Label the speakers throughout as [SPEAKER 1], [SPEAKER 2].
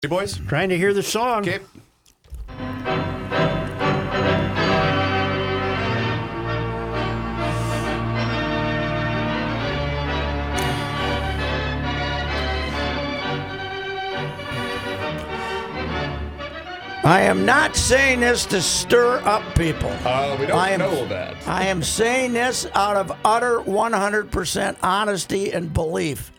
[SPEAKER 1] Hey, boys.
[SPEAKER 2] Trying to hear the song.
[SPEAKER 1] Okay.
[SPEAKER 2] I am not saying this to stir up people.
[SPEAKER 1] Uh, we don't
[SPEAKER 2] I am,
[SPEAKER 1] know that.
[SPEAKER 2] I am saying this out of utter 100% honesty and belief.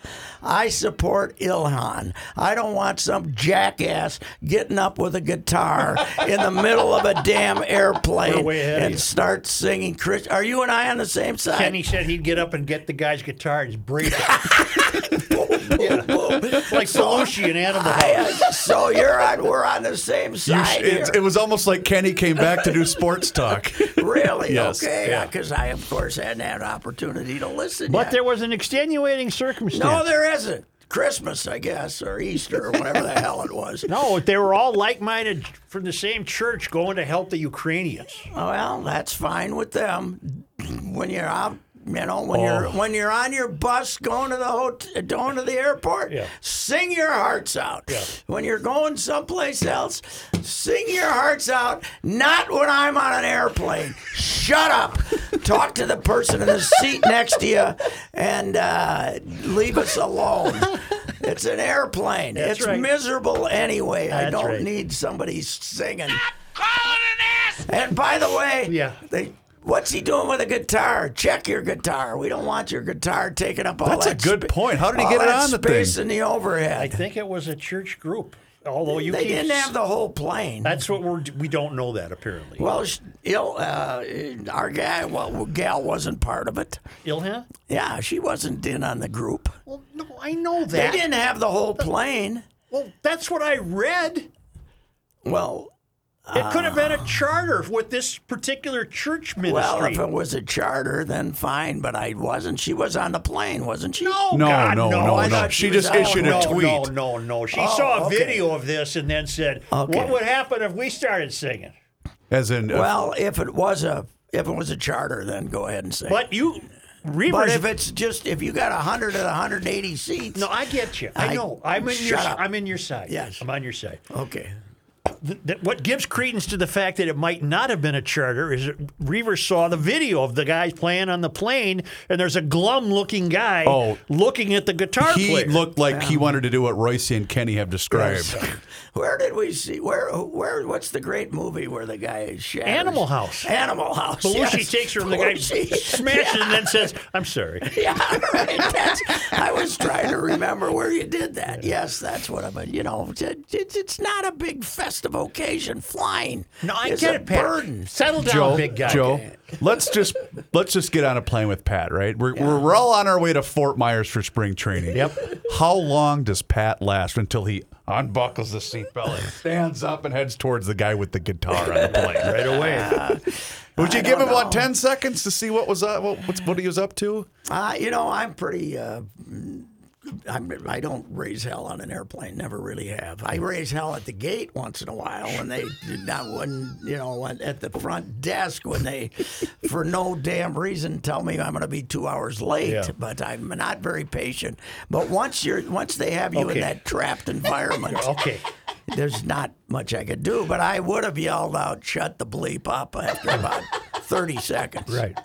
[SPEAKER 2] I support Ilhan. I don't want some jackass getting up with a guitar in the middle of a damn
[SPEAKER 3] We're
[SPEAKER 2] airplane
[SPEAKER 3] way ahead of you.
[SPEAKER 2] and start singing. Chris, are you and I on the same side?
[SPEAKER 3] Kenny said he'd get up and get the guy's guitar and just break it.
[SPEAKER 2] It's
[SPEAKER 3] like Belushi in Animal House.
[SPEAKER 2] so you're on. We're on the same
[SPEAKER 1] You
[SPEAKER 2] side.
[SPEAKER 1] sh- it,
[SPEAKER 2] here.
[SPEAKER 1] it was almost like Kenny came back to do sports talk.
[SPEAKER 2] Really?
[SPEAKER 1] Yes,
[SPEAKER 2] Okay.
[SPEAKER 1] yeah.
[SPEAKER 2] Because I, of course, hadn't had an opportunity to listen.
[SPEAKER 3] But
[SPEAKER 2] yet.
[SPEAKER 3] there was an extenuating circumstance.
[SPEAKER 2] no, there isn't. Christmas, I guess, or Easter, or whatever the hell it was.
[SPEAKER 3] No, they were all like-minded from the same church going to help the Ukrainians.
[SPEAKER 2] Well, that's fine with them. When you're out, you know, when
[SPEAKER 3] Oh.
[SPEAKER 2] you're when you're on your bus going to the hotel, going to the airport,
[SPEAKER 3] Yeah.
[SPEAKER 2] sing your hearts out. When you're going someplace else, sing your hearts out. Not when I'm on an airplane. Shut up. Talk to the person in the seat next to you, and uh, leave us alone. It's an airplane. it's
[SPEAKER 3] right.
[SPEAKER 2] miserable anyway. I
[SPEAKER 3] That's
[SPEAKER 2] don't
[SPEAKER 3] right.
[SPEAKER 2] need somebody singing. And by the way,
[SPEAKER 3] Yeah.
[SPEAKER 2] they, what's he doing with a guitar? Check your guitar. We don't want your guitar taking up all
[SPEAKER 1] That's a
[SPEAKER 2] that
[SPEAKER 1] good
[SPEAKER 2] spa-
[SPEAKER 1] point. How did he
[SPEAKER 2] all
[SPEAKER 1] get it
[SPEAKER 2] that
[SPEAKER 1] on the
[SPEAKER 2] space
[SPEAKER 1] thing?
[SPEAKER 2] in the
[SPEAKER 3] I
[SPEAKER 2] overhead.
[SPEAKER 3] think it was a church group. Although you
[SPEAKER 2] they
[SPEAKER 3] keep-
[SPEAKER 2] didn't have the whole plane.
[SPEAKER 3] That's what we're we don't know that apparently.
[SPEAKER 2] well, sh- you know, uh, our guy, well, gal wasn't part of it.
[SPEAKER 3] Ilhan?
[SPEAKER 2] Yeah, she wasn't in on the group.
[SPEAKER 3] Well, no, I know
[SPEAKER 2] They
[SPEAKER 3] that.
[SPEAKER 2] didn't have the whole plane.
[SPEAKER 3] Well, that's what I read.
[SPEAKER 2] Well,
[SPEAKER 3] It could have been a charter with this particular church
[SPEAKER 2] well,
[SPEAKER 3] ministry.
[SPEAKER 2] if it was a charter, then fine. But I wasn't. She was on the plane, wasn't she?
[SPEAKER 3] no,
[SPEAKER 1] No,
[SPEAKER 3] Oh, God,
[SPEAKER 1] no,
[SPEAKER 3] no,
[SPEAKER 1] no,
[SPEAKER 3] I
[SPEAKER 1] no.
[SPEAKER 3] thought
[SPEAKER 1] She
[SPEAKER 3] was
[SPEAKER 1] just
[SPEAKER 3] out.
[SPEAKER 1] issued a
[SPEAKER 3] No,
[SPEAKER 1] tweet.
[SPEAKER 3] No, no, no. She
[SPEAKER 2] Oh,
[SPEAKER 3] saw a
[SPEAKER 2] okay.
[SPEAKER 3] video of this and then said, "What
[SPEAKER 2] Okay.
[SPEAKER 3] would happen if we started singing?"
[SPEAKER 1] As in, uh,
[SPEAKER 2] Well, if it was a if it was a charter, then go ahead and say. it.
[SPEAKER 3] But you, Reavers,
[SPEAKER 2] But if it's just if you got 100 of the 180 seats,
[SPEAKER 3] no, I get you. I,
[SPEAKER 2] I-
[SPEAKER 3] know. I'm in your.
[SPEAKER 2] Shut up.
[SPEAKER 3] I'm in your side.
[SPEAKER 2] Yes.
[SPEAKER 3] I'm on your side.
[SPEAKER 2] okay.
[SPEAKER 3] Th- th- what gives credence to the fact that it might not have been a charter is that Reaver saw the video of the guys playing on the plane, and there's a glum-looking guy
[SPEAKER 1] Oh.
[SPEAKER 3] looking at the guitar
[SPEAKER 1] he
[SPEAKER 3] player.
[SPEAKER 1] looked like he wanted to do what Royce and Kenny have described.
[SPEAKER 2] Where did we see where where what's the great movie where the guy is shatters?
[SPEAKER 3] Animal House.
[SPEAKER 2] Animal House.
[SPEAKER 3] Belushi
[SPEAKER 2] yes.
[SPEAKER 3] takes her, and the guy
[SPEAKER 2] Belushi.
[SPEAKER 3] smashes, and then says, "I'm sorry."
[SPEAKER 2] Yeah, right. That's, I was trying to remember where you did that. Yes, that's what I mean. You know, it, it, it's not a big festive occasion. Flying
[SPEAKER 3] No, I
[SPEAKER 2] is
[SPEAKER 3] get
[SPEAKER 2] a
[SPEAKER 3] it, Pat.
[SPEAKER 2] burden.
[SPEAKER 3] Settle down,
[SPEAKER 1] Joe,
[SPEAKER 3] big guy.
[SPEAKER 1] Joe, let's just let's just get on a plane with Pat, right? We're, we're, we're all on our way to Fort Myers for spring training. Yep. How long does Pat last until he unbuckles the seatbelt and stands up and heads towards the guy with the guitar on the plane right away? Would you
[SPEAKER 2] I
[SPEAKER 1] give him
[SPEAKER 2] don't
[SPEAKER 1] what
[SPEAKER 2] know.
[SPEAKER 1] ten seconds to see what was up, what, what's- what he was up to?
[SPEAKER 2] Uh, you know, I'm pretty. Uh, I'm, I don't raise hell on an airplane. Never really have. I raise hell at the gate once in a while when they did not when you know when, at the front desk when they, for no damn reason, tell me I'm going to be two hours late.
[SPEAKER 3] Yeah.
[SPEAKER 2] But I'm not very patient. But once you're once they have you
[SPEAKER 3] Okay.
[SPEAKER 2] in that trapped environment,
[SPEAKER 3] Okay.
[SPEAKER 2] there's not much I could do. But I would have yelled out, "Shut the bleep up!" after about thirty seconds.
[SPEAKER 3] Right.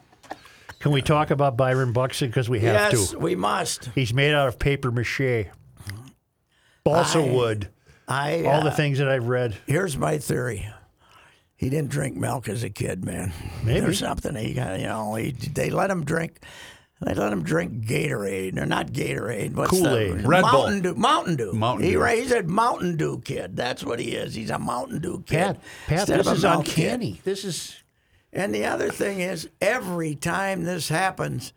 [SPEAKER 3] Can we talk about Byron Buxton? Because we have
[SPEAKER 2] Yes,
[SPEAKER 3] to.
[SPEAKER 2] we must.
[SPEAKER 3] He's made out of paper mache, balsa
[SPEAKER 2] I-
[SPEAKER 3] wood,
[SPEAKER 2] I
[SPEAKER 3] All
[SPEAKER 2] uh,
[SPEAKER 3] the things that I've read.
[SPEAKER 2] here's my theory. He didn't drink milk as a kid, man.
[SPEAKER 3] Maybe.
[SPEAKER 2] or something. He got you know. He, they let him drink. They let him drink Gatorade, or not Gatorade. What's
[SPEAKER 3] Kool-Aid.
[SPEAKER 2] the
[SPEAKER 1] Red Bull.
[SPEAKER 2] Mountain Dew? Mountain Dew.
[SPEAKER 1] Mountain
[SPEAKER 2] he,
[SPEAKER 1] Dew.
[SPEAKER 2] Right, he's a Mountain Dew kid. That's what he is. He's a Mountain Dew kid.
[SPEAKER 3] Pat, Pat,
[SPEAKER 2] instead of
[SPEAKER 3] this
[SPEAKER 2] a
[SPEAKER 3] is
[SPEAKER 2] milk kid.
[SPEAKER 3] uncanny. This is
[SPEAKER 2] And the other thing is, every time this happens,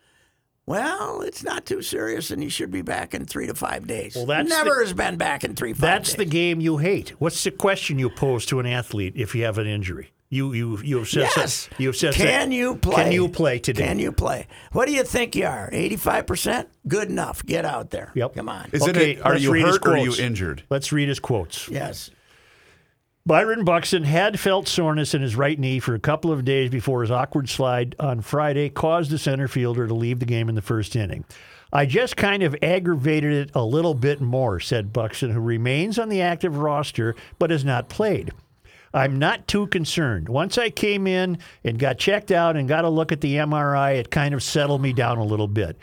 [SPEAKER 2] well, it's not too serious, and he should be back in three to five days. Well,
[SPEAKER 3] that's
[SPEAKER 2] never
[SPEAKER 3] the-
[SPEAKER 2] has been back in three. Five
[SPEAKER 3] that's the
[SPEAKER 2] days.
[SPEAKER 3] game you hate. What's the question you pose to an athlete if you have an injury? You you you have said so-
[SPEAKER 2] yes.
[SPEAKER 3] you have said so-
[SPEAKER 2] Can you play?
[SPEAKER 3] Can you play today?
[SPEAKER 2] Can you play? What do you think you are? Eighty-five percent. Good enough. Get out there.
[SPEAKER 3] Yep.
[SPEAKER 2] Come on.
[SPEAKER 1] Is
[SPEAKER 3] Okay,
[SPEAKER 1] it? A, are
[SPEAKER 3] let's
[SPEAKER 1] you
[SPEAKER 3] read his
[SPEAKER 1] hurt or are you
[SPEAKER 3] quotes.
[SPEAKER 1] injured?
[SPEAKER 3] Let's read his quotes.
[SPEAKER 2] yes.
[SPEAKER 3] Byron Buxton had felt soreness in his right knee for a couple of days before his awkward slide on Friday caused the center fielder to leave the game in the first inning. I just kind of aggravated it a little bit more, said Buxton, who remains on the active roster but has not played. I'm not too concerned. Once I came in and got checked out and got a look at the MRI, it kind of settled me down a little bit.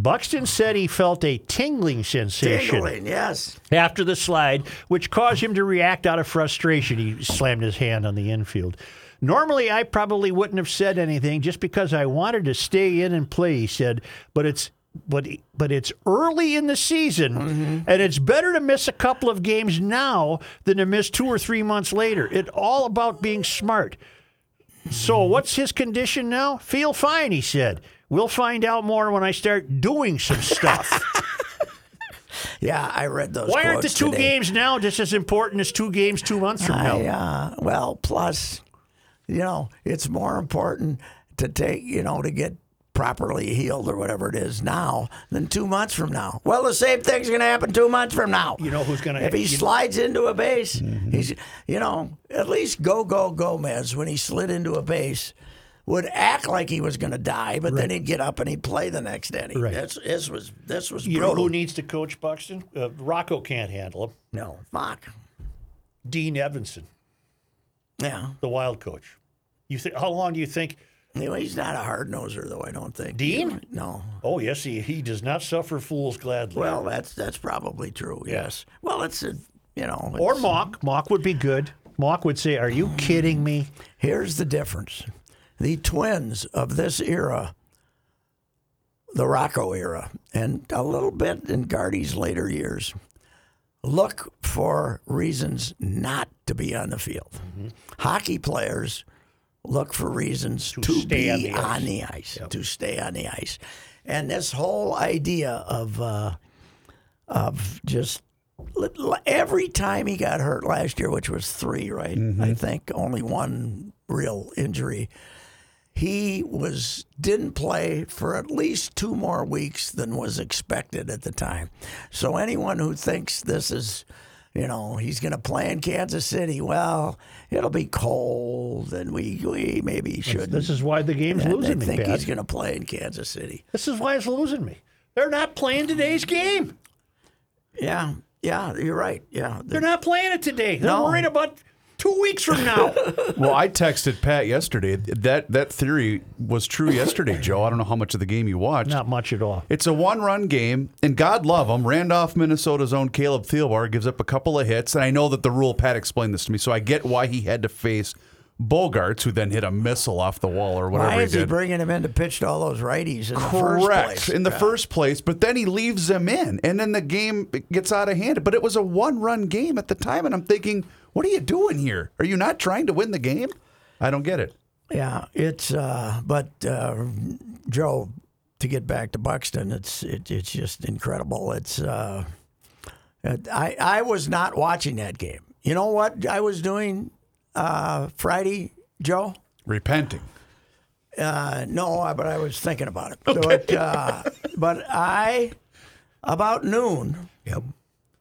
[SPEAKER 3] Buxton said he felt a tingling sensation
[SPEAKER 2] Tingling. Yes.
[SPEAKER 3] after the slide, which caused him to react out of frustration. He slammed his hand on the infield. Normally, I probably wouldn't have said anything just because I wanted to stay in and play, he said, but it's but but it's early in the season and it's better to miss a couple of games now than to miss two or three months later. It's all about being smart. So what's his condition now? Feel fine, he said. We'll find out more when I start doing some stuff.
[SPEAKER 2] Yeah. I read those.
[SPEAKER 3] Why aren't the
[SPEAKER 2] quotes
[SPEAKER 3] two
[SPEAKER 2] today.
[SPEAKER 3] games now just as important as two games two months from now?
[SPEAKER 2] I, uh, well, plus, you know, it's more important to take, you know, to get properly healed or whatever it is now than two months from now. Well, the same thing's going to happen two months from now.
[SPEAKER 3] You know who's gonna-
[SPEAKER 2] If he
[SPEAKER 3] you- Mm-hmm.
[SPEAKER 2] slides into a base, he's, you know, at least Go Go Gomez when he slid into a base. Would act like he was going to die, but then he'd get up and he'd play the next inning.
[SPEAKER 3] Right.
[SPEAKER 2] That's, this was this was
[SPEAKER 3] you know
[SPEAKER 2] brutal.
[SPEAKER 3] who needs to coach Buxton? Uh, Rocco can't handle him.
[SPEAKER 2] no fuck
[SPEAKER 3] Dean Evanson,
[SPEAKER 2] yeah.
[SPEAKER 3] the wild coach. You think? How long do you think?
[SPEAKER 2] Anyway, he's not a hard noser though. I don't think
[SPEAKER 3] Dean?
[SPEAKER 2] No,
[SPEAKER 3] Oh yes, he he does not suffer fools gladly.
[SPEAKER 2] Well, that's that's probably true. Yes. Well, it's a, you know.
[SPEAKER 3] or
[SPEAKER 2] it's-
[SPEAKER 3] Mock. Mock would be good. Mock would say, "Are you kidding me?"
[SPEAKER 2] Here's the difference: the twins of this era, the Rocco era, and a little bit in Gardy's later years, look for reasons not to be on the field.
[SPEAKER 3] Mm-hmm.
[SPEAKER 2] Hockey players look for reasons to,
[SPEAKER 3] stay
[SPEAKER 2] be
[SPEAKER 3] on the ice.
[SPEAKER 2] to stay on the ice, and this whole idea of. Uh, of just li- li- every time he got hurt last year, which was three, right?
[SPEAKER 3] Mm-hmm.
[SPEAKER 2] I think only one real injury. He was didn't play for at least two more weeks than was expected at the time. So anyone who thinks this is, you know, he's going to play in Kansas City, well, it'll be cold, and we, we maybe shouldn't.
[SPEAKER 3] This is why the game's
[SPEAKER 2] And
[SPEAKER 3] losing
[SPEAKER 2] I
[SPEAKER 3] me,
[SPEAKER 2] think
[SPEAKER 3] Pat.
[SPEAKER 2] he's going to play in Kansas City.
[SPEAKER 3] This is why it's losing me. They're not playing today's game.
[SPEAKER 2] Yeah, yeah, you're right. Yeah,
[SPEAKER 3] They're not playing it today. They're
[SPEAKER 2] No.
[SPEAKER 3] worried about two weeks from now.
[SPEAKER 1] Well, I texted Pat yesterday. That that theory was true yesterday, Joe. I don't know how much of the game you watched.
[SPEAKER 3] not much at all.
[SPEAKER 1] It's a one-run game, and God love him. Randolph, Minnesota's own Caleb Thielbar gives up a couple of hits, and I know that the rule. Pat explained this to me, so I get why he had to face Bogarts, who then hit a missile off the wall or whatever
[SPEAKER 2] Why is
[SPEAKER 1] he
[SPEAKER 2] he
[SPEAKER 1] did.
[SPEAKER 2] bringing him in to pitch to all those righties in the
[SPEAKER 1] Correct
[SPEAKER 2] first place?
[SPEAKER 1] in the first place, but then he leaves them in, and then the game gets out of hand. But it was a one-run game at the time, and I'm thinking, what are you doing here? Are you not trying to win the game? I don't get it.
[SPEAKER 2] Yeah, it's uh, but uh, Joe, to get back to Buxton, it's it, it's just incredible. It's uh, it- I I was not watching that game. You know what I was doing uh, Friday, Joe?
[SPEAKER 1] Repenting.
[SPEAKER 2] Uh, no, I- but I was thinking about it. But, uh, but I about noon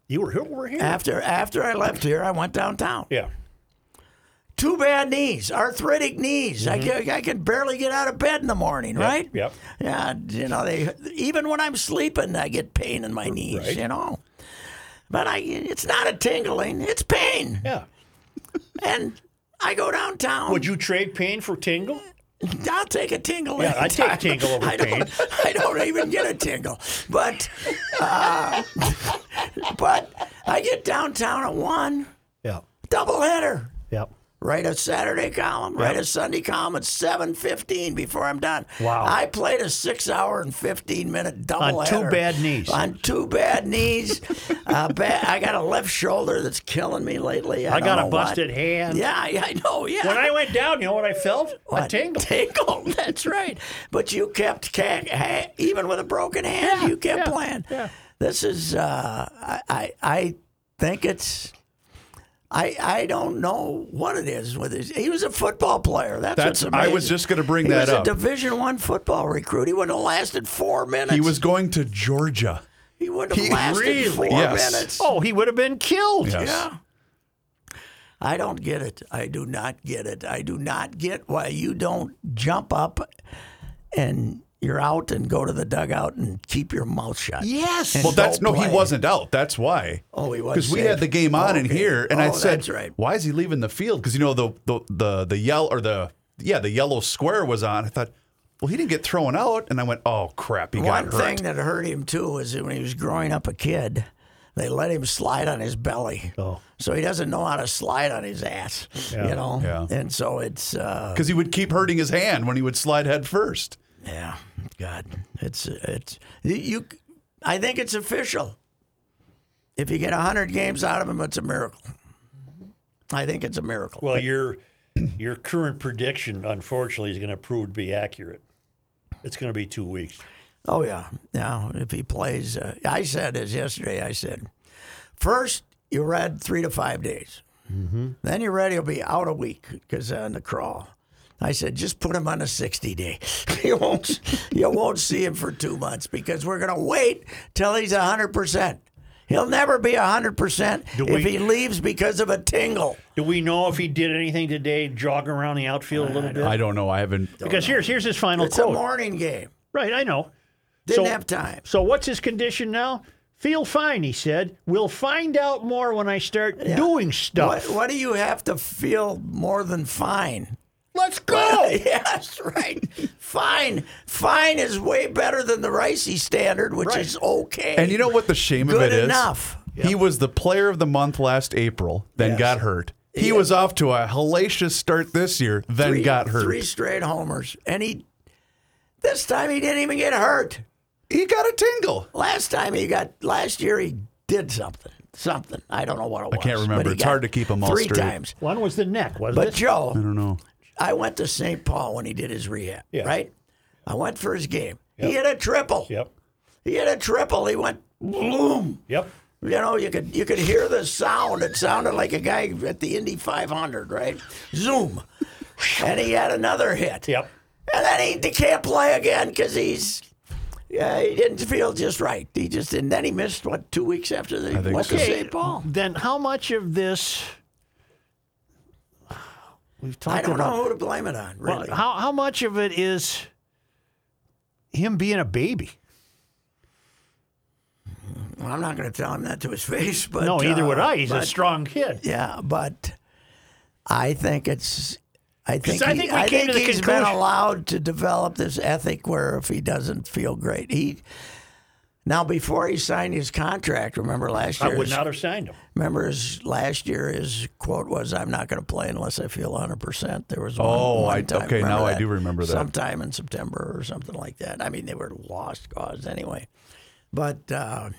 [SPEAKER 3] You were here. We're here.
[SPEAKER 2] after after I left here, I went downtown.
[SPEAKER 3] yeah.
[SPEAKER 2] two bad knees, arthritic knees. I, can, I can barely get out of bed in the morning, right?
[SPEAKER 3] Mm-hmm. yep.
[SPEAKER 2] Yeah, you know, they even when I'm sleeping, I get pain in my knees,
[SPEAKER 3] Right.
[SPEAKER 2] you know. But I, it's not a tingling, it's pain.
[SPEAKER 3] Yeah.
[SPEAKER 2] And I go downtown.
[SPEAKER 3] Would you trade pain for Tingle?
[SPEAKER 2] I'll take a tingle.
[SPEAKER 3] Yeah, I take
[SPEAKER 2] anytime.
[SPEAKER 3] tingle over
[SPEAKER 2] I don't,
[SPEAKER 3] pain.
[SPEAKER 2] I don't even get a tingle, but uh, but I get downtown at one
[SPEAKER 3] Yeah.
[SPEAKER 2] double header.
[SPEAKER 3] Yeah.
[SPEAKER 2] Write a Saturday column, write a Sunday column at seven fifteen before I'm done.
[SPEAKER 3] Wow.
[SPEAKER 2] I played a six hour and fifteen minute double
[SPEAKER 3] On two bad knees.
[SPEAKER 2] On two bad knees. uh, bad, I got a left shoulder that's killing me lately. I,
[SPEAKER 3] I
[SPEAKER 2] don't
[SPEAKER 3] got a
[SPEAKER 2] know what.
[SPEAKER 3] busted hand.
[SPEAKER 2] Yeah, I I know. Yeah.
[SPEAKER 3] When I went down, you know what I felt? A
[SPEAKER 2] What?
[SPEAKER 3] tingle.
[SPEAKER 2] Tingle, that's right. But you kept, ca- ha- even with a broken hand, you kept
[SPEAKER 3] yeah,
[SPEAKER 2] playing.
[SPEAKER 3] yeah.
[SPEAKER 2] This is, uh, I, I, I think it's, I, I don't know what it is with his. He was a football player. That's,
[SPEAKER 1] That's-
[SPEAKER 2] what's
[SPEAKER 1] I
[SPEAKER 2] amazing.
[SPEAKER 1] was just gonna bring
[SPEAKER 2] he
[SPEAKER 1] that
[SPEAKER 2] was
[SPEAKER 1] up.
[SPEAKER 2] a Division One football recruit. He wouldn't have lasted four minutes.
[SPEAKER 1] He was going to Georgia.
[SPEAKER 2] He wouldn't have
[SPEAKER 1] he
[SPEAKER 2] lasted
[SPEAKER 1] really-
[SPEAKER 2] four
[SPEAKER 1] yes.
[SPEAKER 2] minutes.
[SPEAKER 3] Oh, he would have been killed.
[SPEAKER 1] Yes.
[SPEAKER 2] Yeah. I don't get it. I do not get it. I do not get why you don't jump up and you're out and go to the dugout and keep your mouth shut.
[SPEAKER 3] Yes.
[SPEAKER 2] And
[SPEAKER 1] Well, that's
[SPEAKER 2] go
[SPEAKER 1] no, he
[SPEAKER 2] play.
[SPEAKER 1] wasn't out. That's why.
[SPEAKER 2] Oh, he was.
[SPEAKER 1] Because we
[SPEAKER 2] safe.
[SPEAKER 1] had the game on in
[SPEAKER 2] Okay.
[SPEAKER 1] here, and
[SPEAKER 2] oh,
[SPEAKER 1] I said,
[SPEAKER 2] that's right.
[SPEAKER 1] "Why is he leaving the field?" Because you know the the the the yell or the yeah the yellow square was on. I thought, well, he didn't get thrown out, and I went, "Oh crap, he
[SPEAKER 2] One
[SPEAKER 1] got hurt."
[SPEAKER 2] thing that hurt him too was that when he was growing up a kid, they let him slide on his belly.
[SPEAKER 3] Oh.
[SPEAKER 2] So he doesn't know how to slide on his ass, you know.
[SPEAKER 1] Yeah.
[SPEAKER 2] And so it's uh,
[SPEAKER 1] Because he would keep hurting his hand when he would slide head first.
[SPEAKER 2] Yeah, God, it's it's you. I think it's official. If you get hundred games out of him, it's a miracle. I think it's a miracle.
[SPEAKER 3] Well, your your current prediction, unfortunately, is going to prove to be accurate. It's going to be two weeks.
[SPEAKER 2] Oh yeah, now if he plays, uh, I said this yesterday. I said, first you read three to five days, mm-hmm. then you read he'll be out a week because on the crawl. I said, just put him on a sixty day. you won't you won't see him for two months because we're gonna wait till he's hundred percent. He'll never be hundred percent if
[SPEAKER 3] we-
[SPEAKER 2] he leaves because of a tingle.
[SPEAKER 3] Do we know if he did anything today, jogging around the outfield a little bit?
[SPEAKER 1] I don't know. I haven't.
[SPEAKER 3] because here's here's his final
[SPEAKER 2] It's a
[SPEAKER 3] quote.
[SPEAKER 2] morning game.
[SPEAKER 3] right, I know.
[SPEAKER 2] Didn't
[SPEAKER 3] So-
[SPEAKER 2] have time.
[SPEAKER 3] So what's his condition now? Feel fine, he said. We'll find out more when I start doing
[SPEAKER 2] What,
[SPEAKER 3] stuff.
[SPEAKER 2] what do you have to feel more than fine?
[SPEAKER 3] Let's go.
[SPEAKER 2] yes, right. Fine. Fine is way better than the Ricey standard, which is okay.
[SPEAKER 1] And you know what the shame of
[SPEAKER 2] Good
[SPEAKER 1] it is?
[SPEAKER 2] enough.
[SPEAKER 1] He was the player of the month last April, then got hurt. He was off to a hellacious start this year, then
[SPEAKER 2] Three-
[SPEAKER 1] got hurt.
[SPEAKER 2] Three straight homers. And he, this time he didn't even get hurt.
[SPEAKER 1] He got a tingle.
[SPEAKER 2] Last time he got, last year he did something. Something. I don't know what it was.
[SPEAKER 1] can't
[SPEAKER 2] but
[SPEAKER 1] remember.
[SPEAKER 2] he
[SPEAKER 1] It's
[SPEAKER 2] got
[SPEAKER 1] hard to keep 'em all
[SPEAKER 2] Three
[SPEAKER 1] straight.
[SPEAKER 2] times.
[SPEAKER 3] One was the neck, wasn't
[SPEAKER 2] But
[SPEAKER 3] it?
[SPEAKER 2] Joe,
[SPEAKER 1] I don't know.
[SPEAKER 2] I went to St. Paul when he did his rehab,
[SPEAKER 3] Yeah.
[SPEAKER 2] right? I went for his game. He hit a triple.
[SPEAKER 3] Yep.
[SPEAKER 2] He hit a triple. He went boom.
[SPEAKER 3] Yep.
[SPEAKER 2] You know, you could you could hear the sound. It sounded like a guy at the Indy 500, right? Zoom, and he had another hit.
[SPEAKER 3] Yep.
[SPEAKER 2] And then he, he can't play again because he's yeah, he didn't feel just right. He just and then he missed what two weeks after the
[SPEAKER 1] think
[SPEAKER 2] went
[SPEAKER 1] so.
[SPEAKER 2] to St. Paul.
[SPEAKER 3] Then how much of this we've talked
[SPEAKER 2] I don't
[SPEAKER 3] about
[SPEAKER 2] know who to blame it on.
[SPEAKER 3] Well,
[SPEAKER 2] Really,
[SPEAKER 3] how how much of it is him being a baby?
[SPEAKER 2] Well, I'm not going to tell him that to his face. But
[SPEAKER 3] no, neither would
[SPEAKER 2] uh,
[SPEAKER 3] I. He's a
[SPEAKER 2] but-
[SPEAKER 3] strong kid.
[SPEAKER 2] Yeah, but I think it's. I think,
[SPEAKER 3] 'Cause I
[SPEAKER 2] he-
[SPEAKER 3] think we came to the
[SPEAKER 2] he's
[SPEAKER 3] conclusion-
[SPEAKER 2] been allowed to develop this ethic where if he doesn't feel great, he. Now, before he signed his contract, remember last year?
[SPEAKER 3] I would
[SPEAKER 2] his-
[SPEAKER 3] not have signed him.
[SPEAKER 2] Remember his last year, his quote was, I'm not going to play unless I feel 100%. There was one
[SPEAKER 1] Oh,
[SPEAKER 2] one
[SPEAKER 1] I-
[SPEAKER 2] time,
[SPEAKER 1] okay,
[SPEAKER 2] remember
[SPEAKER 1] now I do remember that.
[SPEAKER 2] Sometime in September or something like that. I mean, they were lost cause anyway. But uh,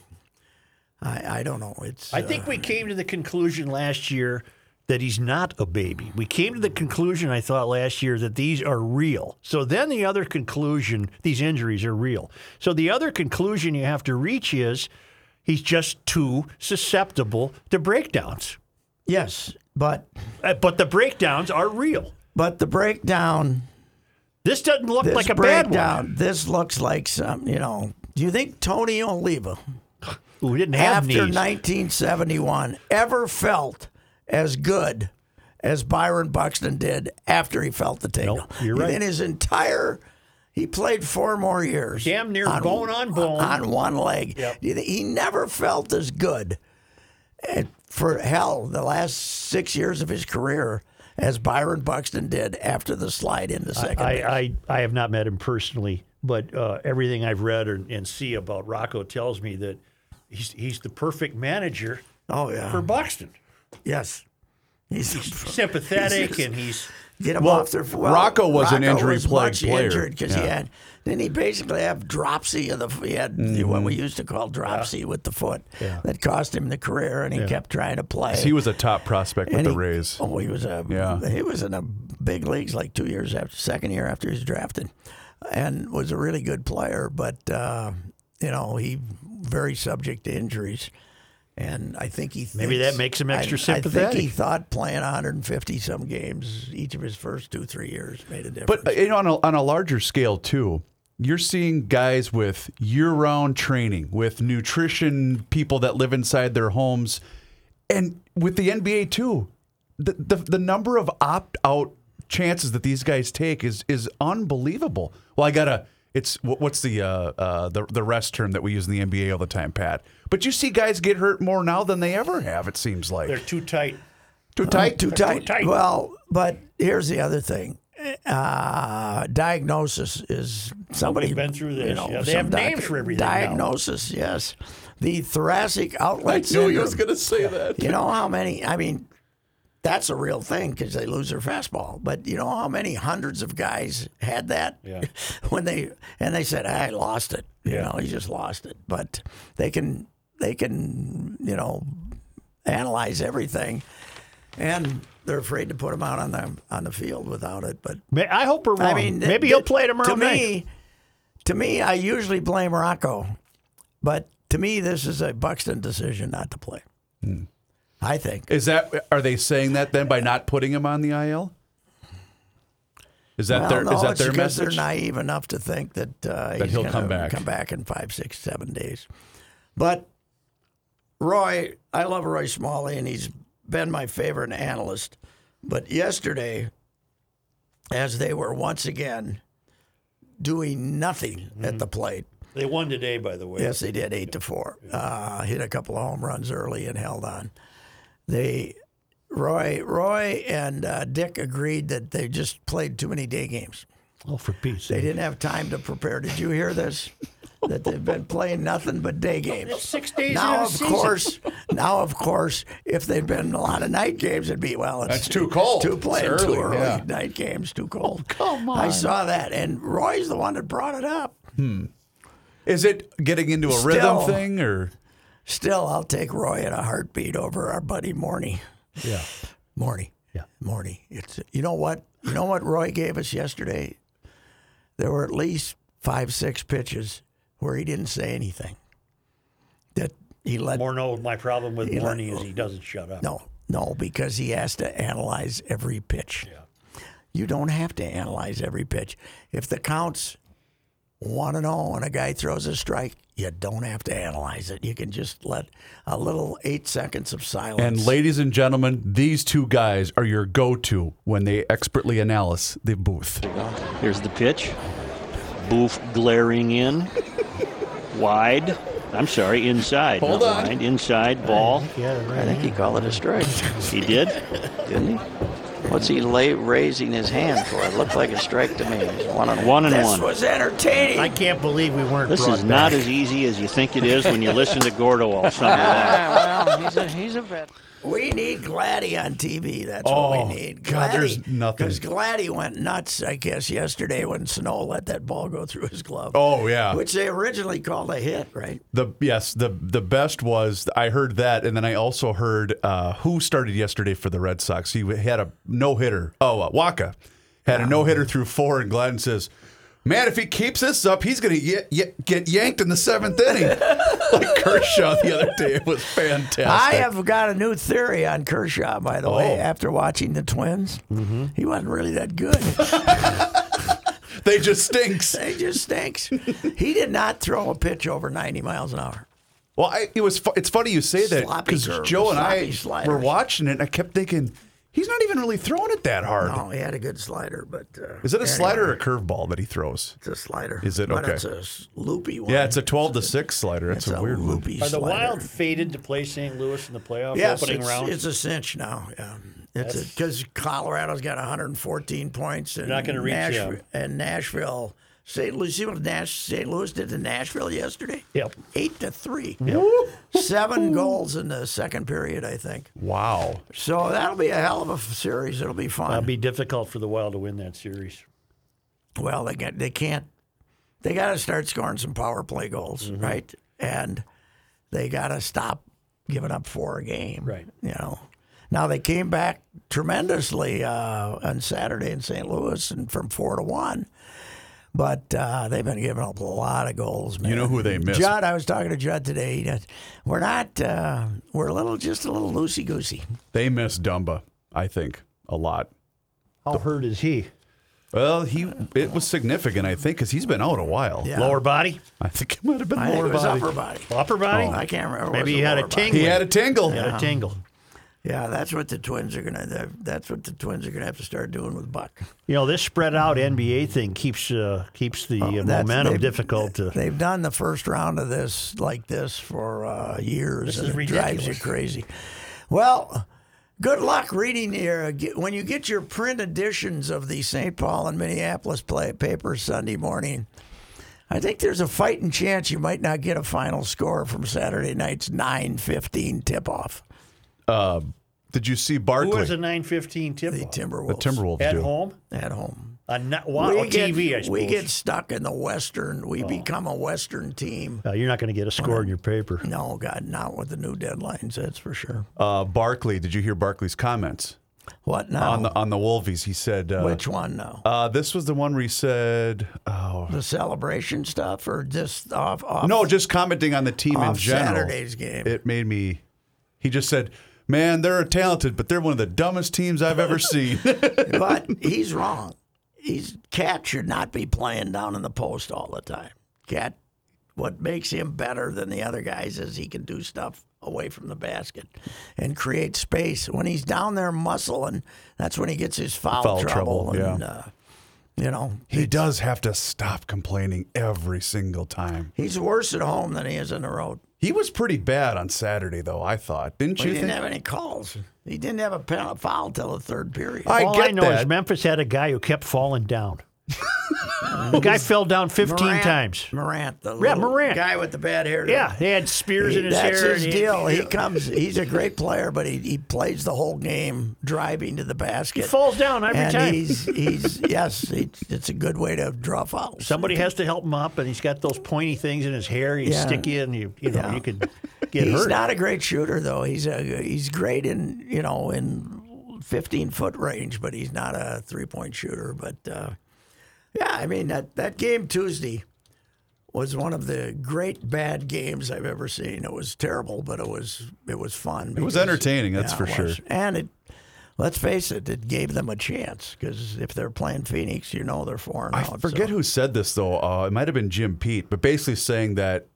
[SPEAKER 2] I, I don't know. It's uh,
[SPEAKER 3] I think we came to the conclusion last year that he's not a baby. We came to the conclusion I thought last year that these are real. So then the other conclusion, these injuries are real. So the other conclusion you have to reach is he's just too susceptible to breakdowns.
[SPEAKER 2] Yes, but
[SPEAKER 3] Uh, But the breakdowns are real.
[SPEAKER 2] But the breakdown,
[SPEAKER 3] This doesn't look
[SPEAKER 2] this
[SPEAKER 3] like a bad
[SPEAKER 2] breakdown, this looks like some, you know. Do you think Tony Oliva,
[SPEAKER 3] one. Who didn't have
[SPEAKER 2] after
[SPEAKER 3] knees.
[SPEAKER 2] 1971, ever felt as good as Byron Buxton did after he felt the tingle?
[SPEAKER 3] Nope, you're right.
[SPEAKER 2] In his entire, he played four more years.
[SPEAKER 3] Damn near bone on bone.
[SPEAKER 2] On one leg. Do you think- He never felt as good. And for hell, the last six years of his career as Byron Buxton did after the slide into second
[SPEAKER 3] I,
[SPEAKER 2] base.
[SPEAKER 3] I, I have not met him personally, but uh, everything I've read and, and see about Rocco tells me that he's, he's the perfect manager
[SPEAKER 2] oh yeah,
[SPEAKER 3] for Buxton.
[SPEAKER 2] yes, he's,
[SPEAKER 3] Sympathetic, and he's
[SPEAKER 2] get him off their. Well,
[SPEAKER 1] Rocco was an injury-plagued
[SPEAKER 2] much
[SPEAKER 1] player.
[SPEAKER 2] injured because he had. Didn't he basically have dropsy of the? He had
[SPEAKER 1] Mm-hmm.
[SPEAKER 2] what we used to call dropsy with the foot that cost him the career, and he kept trying to play.
[SPEAKER 1] He was a top prospect with
[SPEAKER 2] And
[SPEAKER 1] the
[SPEAKER 2] he-
[SPEAKER 1] Rays.
[SPEAKER 2] Oh, he was a
[SPEAKER 1] Yeah.
[SPEAKER 2] He was in the big leagues like two years after second year after he was drafted, and was a really good player. But uh, you know he very subject to injuries, and I think he
[SPEAKER 3] Maybe
[SPEAKER 2] thinks-
[SPEAKER 3] that makes him
[SPEAKER 2] I-
[SPEAKER 3] extra
[SPEAKER 2] I think he
[SPEAKER 3] sympathetic.
[SPEAKER 2] thought playing 150 some games each of his first two three years made a difference.
[SPEAKER 1] But uh, you know, on a, on a larger scale too, you're seeing guys with year-round training, with nutrition people that live inside their homes, and with the NBA too, the the, the number of opt-out chances that these guys take is is unbelievable. Well, I gotta. It's wh- what's the uh, uh, the the rest term that we use in the NBA all the time, Pat. But you see guys get hurt more now than they ever have. It seems like
[SPEAKER 3] they're too tight.
[SPEAKER 1] too tight,
[SPEAKER 2] too tight.
[SPEAKER 3] tight.
[SPEAKER 2] Well, but here's the other thing. Uh, diagnosis is somebody
[SPEAKER 3] We've been through this.
[SPEAKER 2] You know,
[SPEAKER 3] Yeah, they
[SPEAKER 2] some
[SPEAKER 3] have names for everything now.
[SPEAKER 2] Diagnosis, yes. The thoracic outlet syndrome.
[SPEAKER 1] to say that.
[SPEAKER 2] You know how many? I mean, that's a real thing because they lose their fastball. But you know how many hundreds of guys had that when they and they said, "I lost it." You know, he just lost it. But they can they can you know analyze everything, and they're afraid to put him out on the on the field without it. But
[SPEAKER 3] May- I hope we're wrong.
[SPEAKER 2] I mean, th-
[SPEAKER 3] maybe he'll
[SPEAKER 2] th-
[SPEAKER 3] play tomorrow
[SPEAKER 2] to
[SPEAKER 3] night.
[SPEAKER 2] Me, to me, I usually blame Rocco, but to me, this is a Buxton decision not to play. I think.
[SPEAKER 1] Hmm. Is that are they saying that then by not putting him on the IL? Is that
[SPEAKER 2] Well,
[SPEAKER 1] their
[SPEAKER 2] no,
[SPEAKER 1] is that
[SPEAKER 2] it's
[SPEAKER 1] their
[SPEAKER 2] because
[SPEAKER 1] message?
[SPEAKER 2] They're naive enough to think that uh, he's
[SPEAKER 1] he'll
[SPEAKER 2] gonna
[SPEAKER 1] come back.
[SPEAKER 2] come back in five, six, seven days. But Roy, I love Roy Smalley, and he's been my favorite analyst. But yesterday, as they were once again doing nothing
[SPEAKER 1] Hmm.
[SPEAKER 2] at the plate,
[SPEAKER 3] They won today, by the way.
[SPEAKER 2] Yes, they did eight to four. Uh, hit a couple of home runs early and held on. They, Roy, Roy and uh, Dick agreed that they just played too many day games.
[SPEAKER 3] Oh, for peace.
[SPEAKER 2] They didn't have time to prepare. Did you hear this? That they've been playing nothing but day games.
[SPEAKER 3] Six days
[SPEAKER 2] Now,
[SPEAKER 3] into the
[SPEAKER 2] of
[SPEAKER 3] season.
[SPEAKER 2] course, now of course, if they'd been a lot of night games, it'd be well. It's
[SPEAKER 1] That's too cold.
[SPEAKER 2] Too
[SPEAKER 1] It's
[SPEAKER 2] playing
[SPEAKER 1] early,
[SPEAKER 2] too early.
[SPEAKER 1] yeah.
[SPEAKER 2] Night games too cold.
[SPEAKER 3] Oh,
[SPEAKER 2] come on. I saw that, and Roy's the one that brought it up.
[SPEAKER 1] is it getting into a
[SPEAKER 2] Still.
[SPEAKER 1] rhythm thing or
[SPEAKER 2] Still, I'll take Roy in a heartbeat over our buddy Morney.
[SPEAKER 3] Yeah.
[SPEAKER 2] Morney.
[SPEAKER 3] Yeah.
[SPEAKER 2] Morney. It's you know what you know what Roy gave us yesterday. There were at least five six pitches where he didn't say anything. That he let
[SPEAKER 3] Morneau, my problem with
[SPEAKER 2] He let-
[SPEAKER 3] Morney is he doesn't shut up.
[SPEAKER 2] no no because he has to analyze every pitch. You don't have to analyze every pitch. If the counts one and oh and a guy throws a strike, you don't have to analyze it. You can just let a little eight seconds of silence.
[SPEAKER 1] and ladies and gentlemen, these two guys are your go-to when they expertly analyze the booth.
[SPEAKER 4] Here's the pitch. Boof glaring in. Wide. I'm sorry, inside.
[SPEAKER 1] Hold
[SPEAKER 4] not
[SPEAKER 1] on.
[SPEAKER 4] wide. Inside ball.
[SPEAKER 3] Yeah,
[SPEAKER 2] I
[SPEAKER 3] right.
[SPEAKER 2] think he called it a strike,
[SPEAKER 4] He did.
[SPEAKER 2] didn't he? What's he lay, raising his hand for? It looked like a strike to me. It was one on
[SPEAKER 4] One and
[SPEAKER 2] This
[SPEAKER 4] one.
[SPEAKER 2] was entertaining.
[SPEAKER 3] I can't believe we weren't.
[SPEAKER 4] This
[SPEAKER 3] brought
[SPEAKER 4] is not
[SPEAKER 3] back.
[SPEAKER 4] as easy as you think it is when you listen to Gordo all summer long.
[SPEAKER 5] Ah, well, he's a, he's a vet.
[SPEAKER 2] we need Gladdy on TV. That's
[SPEAKER 1] Oh,
[SPEAKER 2] what we need.
[SPEAKER 1] God, there's nothing.
[SPEAKER 2] Because Gladdy went nuts, I guess, yesterday when Snow let that ball go through his glove.
[SPEAKER 1] Oh yeah.
[SPEAKER 2] Which they originally called a hit, right?
[SPEAKER 1] The yes, the the best was I heard that, and then I also heard uh, who started yesterday for the Red Sox. He had a no hitter. Oh, uh, Waka had a no hitter through four, and Glenn says, "Man, if he keeps this up, he's gonna y- y- get yanked in the seventh inning." like Kershaw the other day, it was fantastic.
[SPEAKER 2] I have got a new theory on Kershaw, by the way,
[SPEAKER 1] Oh.
[SPEAKER 2] after watching the Twins. Mm-hmm. He wasn't really that good.
[SPEAKER 1] they just stinks.
[SPEAKER 2] he just stinks. he did not throw a pitch over 90 miles an hour.
[SPEAKER 1] Well, I, it was. Fu- it's funny you say that
[SPEAKER 2] Sloppy
[SPEAKER 1] because
[SPEAKER 2] curve,
[SPEAKER 1] Joe and I
[SPEAKER 2] sloppy sliders.
[SPEAKER 1] were watching it, and I kept thinking he's not even really throwing it that hard.
[SPEAKER 2] No, he had a good slider, but uh,
[SPEAKER 1] Is it a
[SPEAKER 2] anyway,
[SPEAKER 1] slider or a curveball that he throws?
[SPEAKER 2] It's a slider.
[SPEAKER 1] Is it?
[SPEAKER 2] But
[SPEAKER 1] Okay.
[SPEAKER 2] it's a s- loopy one.
[SPEAKER 1] Yeah, it's a 12 to 6 slider. It's,
[SPEAKER 2] It's
[SPEAKER 1] a, weird one.
[SPEAKER 2] loopy
[SPEAKER 3] Are the
[SPEAKER 2] slider.
[SPEAKER 3] Wild fated to play St. Louis in the playoffs
[SPEAKER 2] Yes,
[SPEAKER 3] opening
[SPEAKER 2] it's,
[SPEAKER 3] round?
[SPEAKER 2] it's a cinch now. Yeah. It's because Colorado's got 114 points, and
[SPEAKER 6] not gonna reach you.
[SPEAKER 2] Nashville, and Nashville. St. Louis, see what Nash, St. Louis did to Nashville yesterday?
[SPEAKER 3] Yep.
[SPEAKER 2] eight to three. Seven goals in the second period, I think.
[SPEAKER 1] Wow.
[SPEAKER 2] So that'll be a hell of a f- series. It'll be fun.
[SPEAKER 3] It'll be difficult for the Wild to win that series.
[SPEAKER 2] well, they get they can't. They got to start scoring some power play goals,
[SPEAKER 3] Mm-hmm.
[SPEAKER 2] right? And they got to stop giving up four a game,
[SPEAKER 3] Right.
[SPEAKER 2] You know. Now they came back tremendously uh, on Saturday in St. Louis, and from four to one. But uh, they've been giving up a lot of goals. Man.
[SPEAKER 1] You know who they missed?
[SPEAKER 2] Judd, I was talking to Judd today. He does- We're not. Uh, we're a little, just a little loosey goosey.
[SPEAKER 1] They missed Dumba, I think, a lot.
[SPEAKER 3] How hurt is he?
[SPEAKER 1] Well, he it was significant, I think, because he's been out a while.
[SPEAKER 2] Yeah.
[SPEAKER 3] Lower body?
[SPEAKER 1] I think it might have been
[SPEAKER 2] I think
[SPEAKER 1] lower
[SPEAKER 2] it was
[SPEAKER 1] body.
[SPEAKER 2] upper body. Oh,
[SPEAKER 3] Upper body?
[SPEAKER 2] I can't remember.
[SPEAKER 3] Maybe
[SPEAKER 2] Was
[SPEAKER 3] he
[SPEAKER 2] it
[SPEAKER 3] had a
[SPEAKER 2] lower body?
[SPEAKER 3] tingle.
[SPEAKER 1] He had a tingle.
[SPEAKER 3] Had a tingle.
[SPEAKER 2] Yeah, that's what the twins are gonna. that- That's what the twins are gonna have to start doing with Buck.
[SPEAKER 3] You know, this spread out NBA thing keeps uh, keeps the uh,
[SPEAKER 2] Oh, That's-
[SPEAKER 3] momentum
[SPEAKER 2] they've-
[SPEAKER 3] difficult to.
[SPEAKER 2] They've done the first round of this like this for uh, years.
[SPEAKER 3] is
[SPEAKER 2] and it drives you
[SPEAKER 3] ridiculous.
[SPEAKER 2] crazy. Well, good luck reading your when you get your print editions of the St. Paul and Minneapolis play papers Sunday morning. I think there's a fighting chance you might not get a final score from Saturday night's 9:15 tip-off.
[SPEAKER 1] Did you see
[SPEAKER 3] Who
[SPEAKER 1] Barkley?
[SPEAKER 3] was a 915 tip?
[SPEAKER 2] The
[SPEAKER 3] off?
[SPEAKER 2] Timberwolves
[SPEAKER 1] the Timberwolves
[SPEAKER 3] At
[SPEAKER 1] do.
[SPEAKER 3] home?
[SPEAKER 2] at home.
[SPEAKER 3] On not, wow,
[SPEAKER 2] we
[SPEAKER 3] on
[SPEAKER 2] get,
[SPEAKER 3] TV, I suppose.
[SPEAKER 2] We get stuck in the Western. We
[SPEAKER 1] Oh.
[SPEAKER 2] become a Western team.
[SPEAKER 3] Uh, you're not going to get a score in your paper.
[SPEAKER 2] No, God, not with the new deadlines. That's for sure.
[SPEAKER 1] Uh, Barkley, did you hear Barkley's comments
[SPEAKER 2] What now?
[SPEAKER 1] on the on the Wolvies? He said, uh,
[SPEAKER 2] Oh. Which one now?
[SPEAKER 1] uh, "This was the one where he said, oh,
[SPEAKER 2] the celebration stuff or just off? off
[SPEAKER 1] no, just commenting on the team in
[SPEAKER 2] off
[SPEAKER 1] general."
[SPEAKER 2] Saturday's game.
[SPEAKER 1] It made me. He just said, "Man, they're talented, but they're one of the dumbest teams I've ever seen."
[SPEAKER 2] but he's wrong. He's Cat should not be playing down in the post all the time. Cat, what makes him better than the other guys is he can do stuff away from the basket and create space. When he's down there muscling, that's when he gets his foul,
[SPEAKER 1] Foul
[SPEAKER 2] trouble.
[SPEAKER 1] trouble,
[SPEAKER 2] and,
[SPEAKER 1] yeah.
[SPEAKER 2] uh, you know,
[SPEAKER 1] he does have to stop complaining every single time.
[SPEAKER 2] he's worse at home than he is on the road.
[SPEAKER 1] He was pretty bad on Saturday, though. I thought, didn't
[SPEAKER 2] He
[SPEAKER 1] you
[SPEAKER 2] didn't
[SPEAKER 1] think?
[SPEAKER 2] have any calls. He didn't have a pen- foul till the third period.
[SPEAKER 1] I
[SPEAKER 3] All
[SPEAKER 1] get
[SPEAKER 3] I know is
[SPEAKER 1] that.
[SPEAKER 3] Memphis had a guy who kept falling down. the guy fell down 15
[SPEAKER 2] Morant-
[SPEAKER 3] times.
[SPEAKER 2] Morant, the
[SPEAKER 3] Yeah,
[SPEAKER 2] little
[SPEAKER 3] Morant.
[SPEAKER 2] guy with the bad hair.
[SPEAKER 3] Yeah, he had spears in his
[SPEAKER 2] that's
[SPEAKER 3] hair.
[SPEAKER 2] his
[SPEAKER 3] and he-
[SPEAKER 2] deal. He comes. He's a great player, but he, he plays the whole game driving to the basket.
[SPEAKER 3] He falls down every
[SPEAKER 2] and
[SPEAKER 3] time.
[SPEAKER 2] He's he's yes. It's, it's a good way to draw fouls.
[SPEAKER 3] Somebody has to help him up, and he's got those pointy things in his hair. You
[SPEAKER 2] Yeah.
[SPEAKER 3] stick you, and you you know
[SPEAKER 2] Yeah.
[SPEAKER 3] you could get
[SPEAKER 2] he's
[SPEAKER 3] hurt.
[SPEAKER 2] not a great shooter though. He's a he's great in you know in fifteen foot range, but he's not a three point shooter. But uh, yeah, I mean that that game Tuesday was one of the great bad games I've ever seen. It was terrible, but it was it was fun.
[SPEAKER 1] It was
[SPEAKER 2] because-
[SPEAKER 1] entertaining, that's
[SPEAKER 2] Yeah,
[SPEAKER 1] for
[SPEAKER 2] it
[SPEAKER 1] sure.
[SPEAKER 2] was. And it, let's face it, it gave them a chance because if they're playing Phoenix, you know they're four and
[SPEAKER 1] I
[SPEAKER 2] out,
[SPEAKER 1] forget
[SPEAKER 2] so.
[SPEAKER 1] who said this though. Uh, it might have been Jim Pete, but basically saying that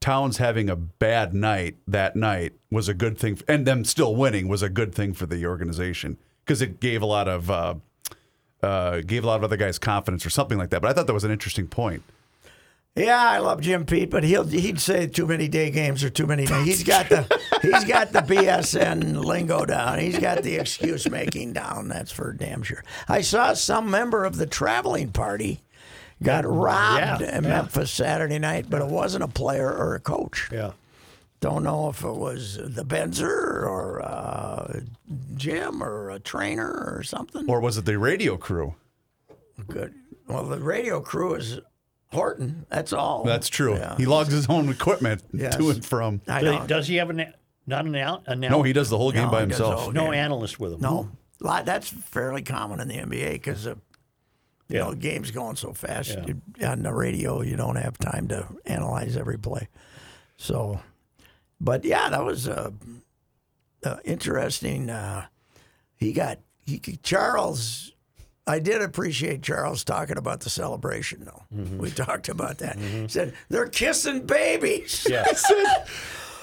[SPEAKER 1] Towns having a bad night that night was a good thing, and them still winning was a good thing for the organization because it gave a lot of uh, uh, gave a lot of other guys confidence or something like that. But I thought that was an interesting point.
[SPEAKER 2] Yeah, I love Jim Pete, but he'll he'd say too many day games or too many. Day. He's got the he's got the BSN lingo down. He's got the excuse making down. That's for damn sure. I saw some member of the traveling party got robbed
[SPEAKER 3] yeah.
[SPEAKER 2] in Memphis Saturday night, but it wasn't a player or a coach.
[SPEAKER 3] yeah.
[SPEAKER 2] Don't know if it was the Benzer or uh, Jim or a trainer or something.
[SPEAKER 1] Or was it the radio crew?
[SPEAKER 2] Good. Well, the radio crew is Horton. That's all.
[SPEAKER 1] That's true.
[SPEAKER 2] Yeah.
[SPEAKER 1] He logs his own equipment
[SPEAKER 2] Yes.
[SPEAKER 1] to and from.
[SPEAKER 2] I
[SPEAKER 3] Does,
[SPEAKER 2] know.
[SPEAKER 3] he- does he have an a- not an out? An
[SPEAKER 1] No, he does the whole game
[SPEAKER 2] No,
[SPEAKER 1] by
[SPEAKER 2] he does
[SPEAKER 1] himself.
[SPEAKER 2] all
[SPEAKER 3] no
[SPEAKER 2] game.
[SPEAKER 3] analyst with him.
[SPEAKER 2] No, lot, that's fairly common in the NBA because uh, you know the game's going so fast. You- on the radio, you don't have time to analyze every play. So, but yeah, that was a, a interesting. Uh, he got he Charles. I did appreciate Charles talking about the celebration, though.
[SPEAKER 1] Mm-hmm.
[SPEAKER 2] We talked about that. He said they're kissing babies. Yeah,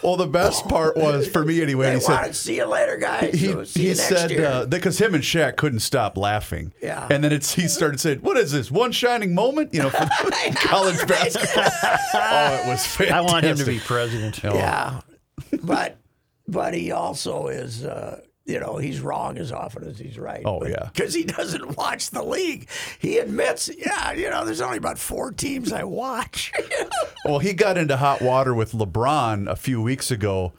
[SPEAKER 1] Well, the best part was for me anyway.
[SPEAKER 2] they
[SPEAKER 1] he said,
[SPEAKER 2] wanted to see you later, guys.
[SPEAKER 1] he,
[SPEAKER 2] Oh, so see
[SPEAKER 1] he
[SPEAKER 2] you next
[SPEAKER 1] said uh,
[SPEAKER 2] year."
[SPEAKER 1] because him and Shaq couldn't stop laughing.
[SPEAKER 2] Yeah.
[SPEAKER 1] And then it's he started saying, "What is this? One shining moment?" You know, for college basketball. oh, it was fantastic.
[SPEAKER 3] I want him to be president.
[SPEAKER 1] Oh,
[SPEAKER 2] Yeah, but but he also is uh, you know, he's wrong as often as he's right.
[SPEAKER 1] Oh, yeah.
[SPEAKER 2] Because he doesn't watch the league. He admits, yeah, you know, there's only about four teams I watch.
[SPEAKER 1] Well, he got into hot water with LeBron a few weeks ago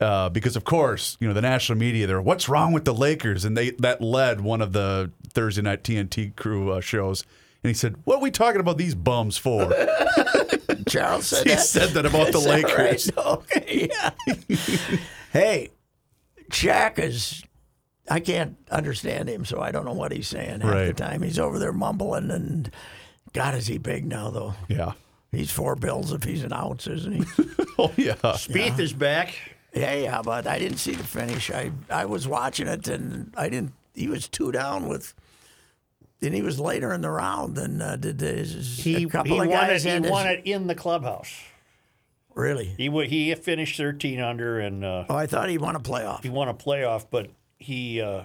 [SPEAKER 1] uh, because, of course, you know the national media. They're what's wrong with the Lakers, and they that led one of the Thursday night TNT crew uh, shows. And he said, "What are we talking about these bums for?"
[SPEAKER 2] Charles said
[SPEAKER 1] he
[SPEAKER 2] that.
[SPEAKER 1] said that about the
[SPEAKER 2] Is that right?
[SPEAKER 1] Lakers.
[SPEAKER 2] Okay, yeah. hey, Jack is. I can't understand him, so I don't know what he's saying half the
[SPEAKER 1] Right.
[SPEAKER 2] time. He's over there mumbling, and God, is he big now, though?
[SPEAKER 1] Yeah.
[SPEAKER 2] He's four bills if he's an ounce, isn't he?
[SPEAKER 1] Oh yeah.
[SPEAKER 3] Spieth is back.
[SPEAKER 2] Yeah, yeah, but I didn't see the finish. I I was watching it, and I didn't. He was two down with, and he was later in the round than uh, did his,
[SPEAKER 3] He, he,
[SPEAKER 2] a couple of
[SPEAKER 3] won, it,
[SPEAKER 2] guys.
[SPEAKER 3] he
[SPEAKER 2] had his-
[SPEAKER 3] won it in the clubhouse.
[SPEAKER 2] really.
[SPEAKER 3] He wa- he finished 13 under and uh,
[SPEAKER 2] Oh, I thought he won a playoff.
[SPEAKER 3] he won a playoff, but he uh,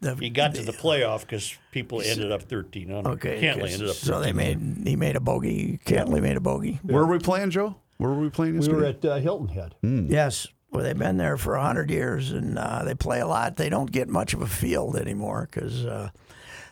[SPEAKER 2] The-
[SPEAKER 3] he got to the playoff because people ended up 13 under.
[SPEAKER 2] okay.
[SPEAKER 3] Cantley
[SPEAKER 2] okay.
[SPEAKER 3] ended up.
[SPEAKER 2] So they made he made a bogey. Cantley made a bogey.
[SPEAKER 1] Where were we playing, Joe? Where were we playing yesterday?
[SPEAKER 3] at uh, Hilton Head.
[SPEAKER 2] Hmm? Yes. Well, they've been there for 100 years and uh, they play a lot. They don't get much of a field anymore because uh,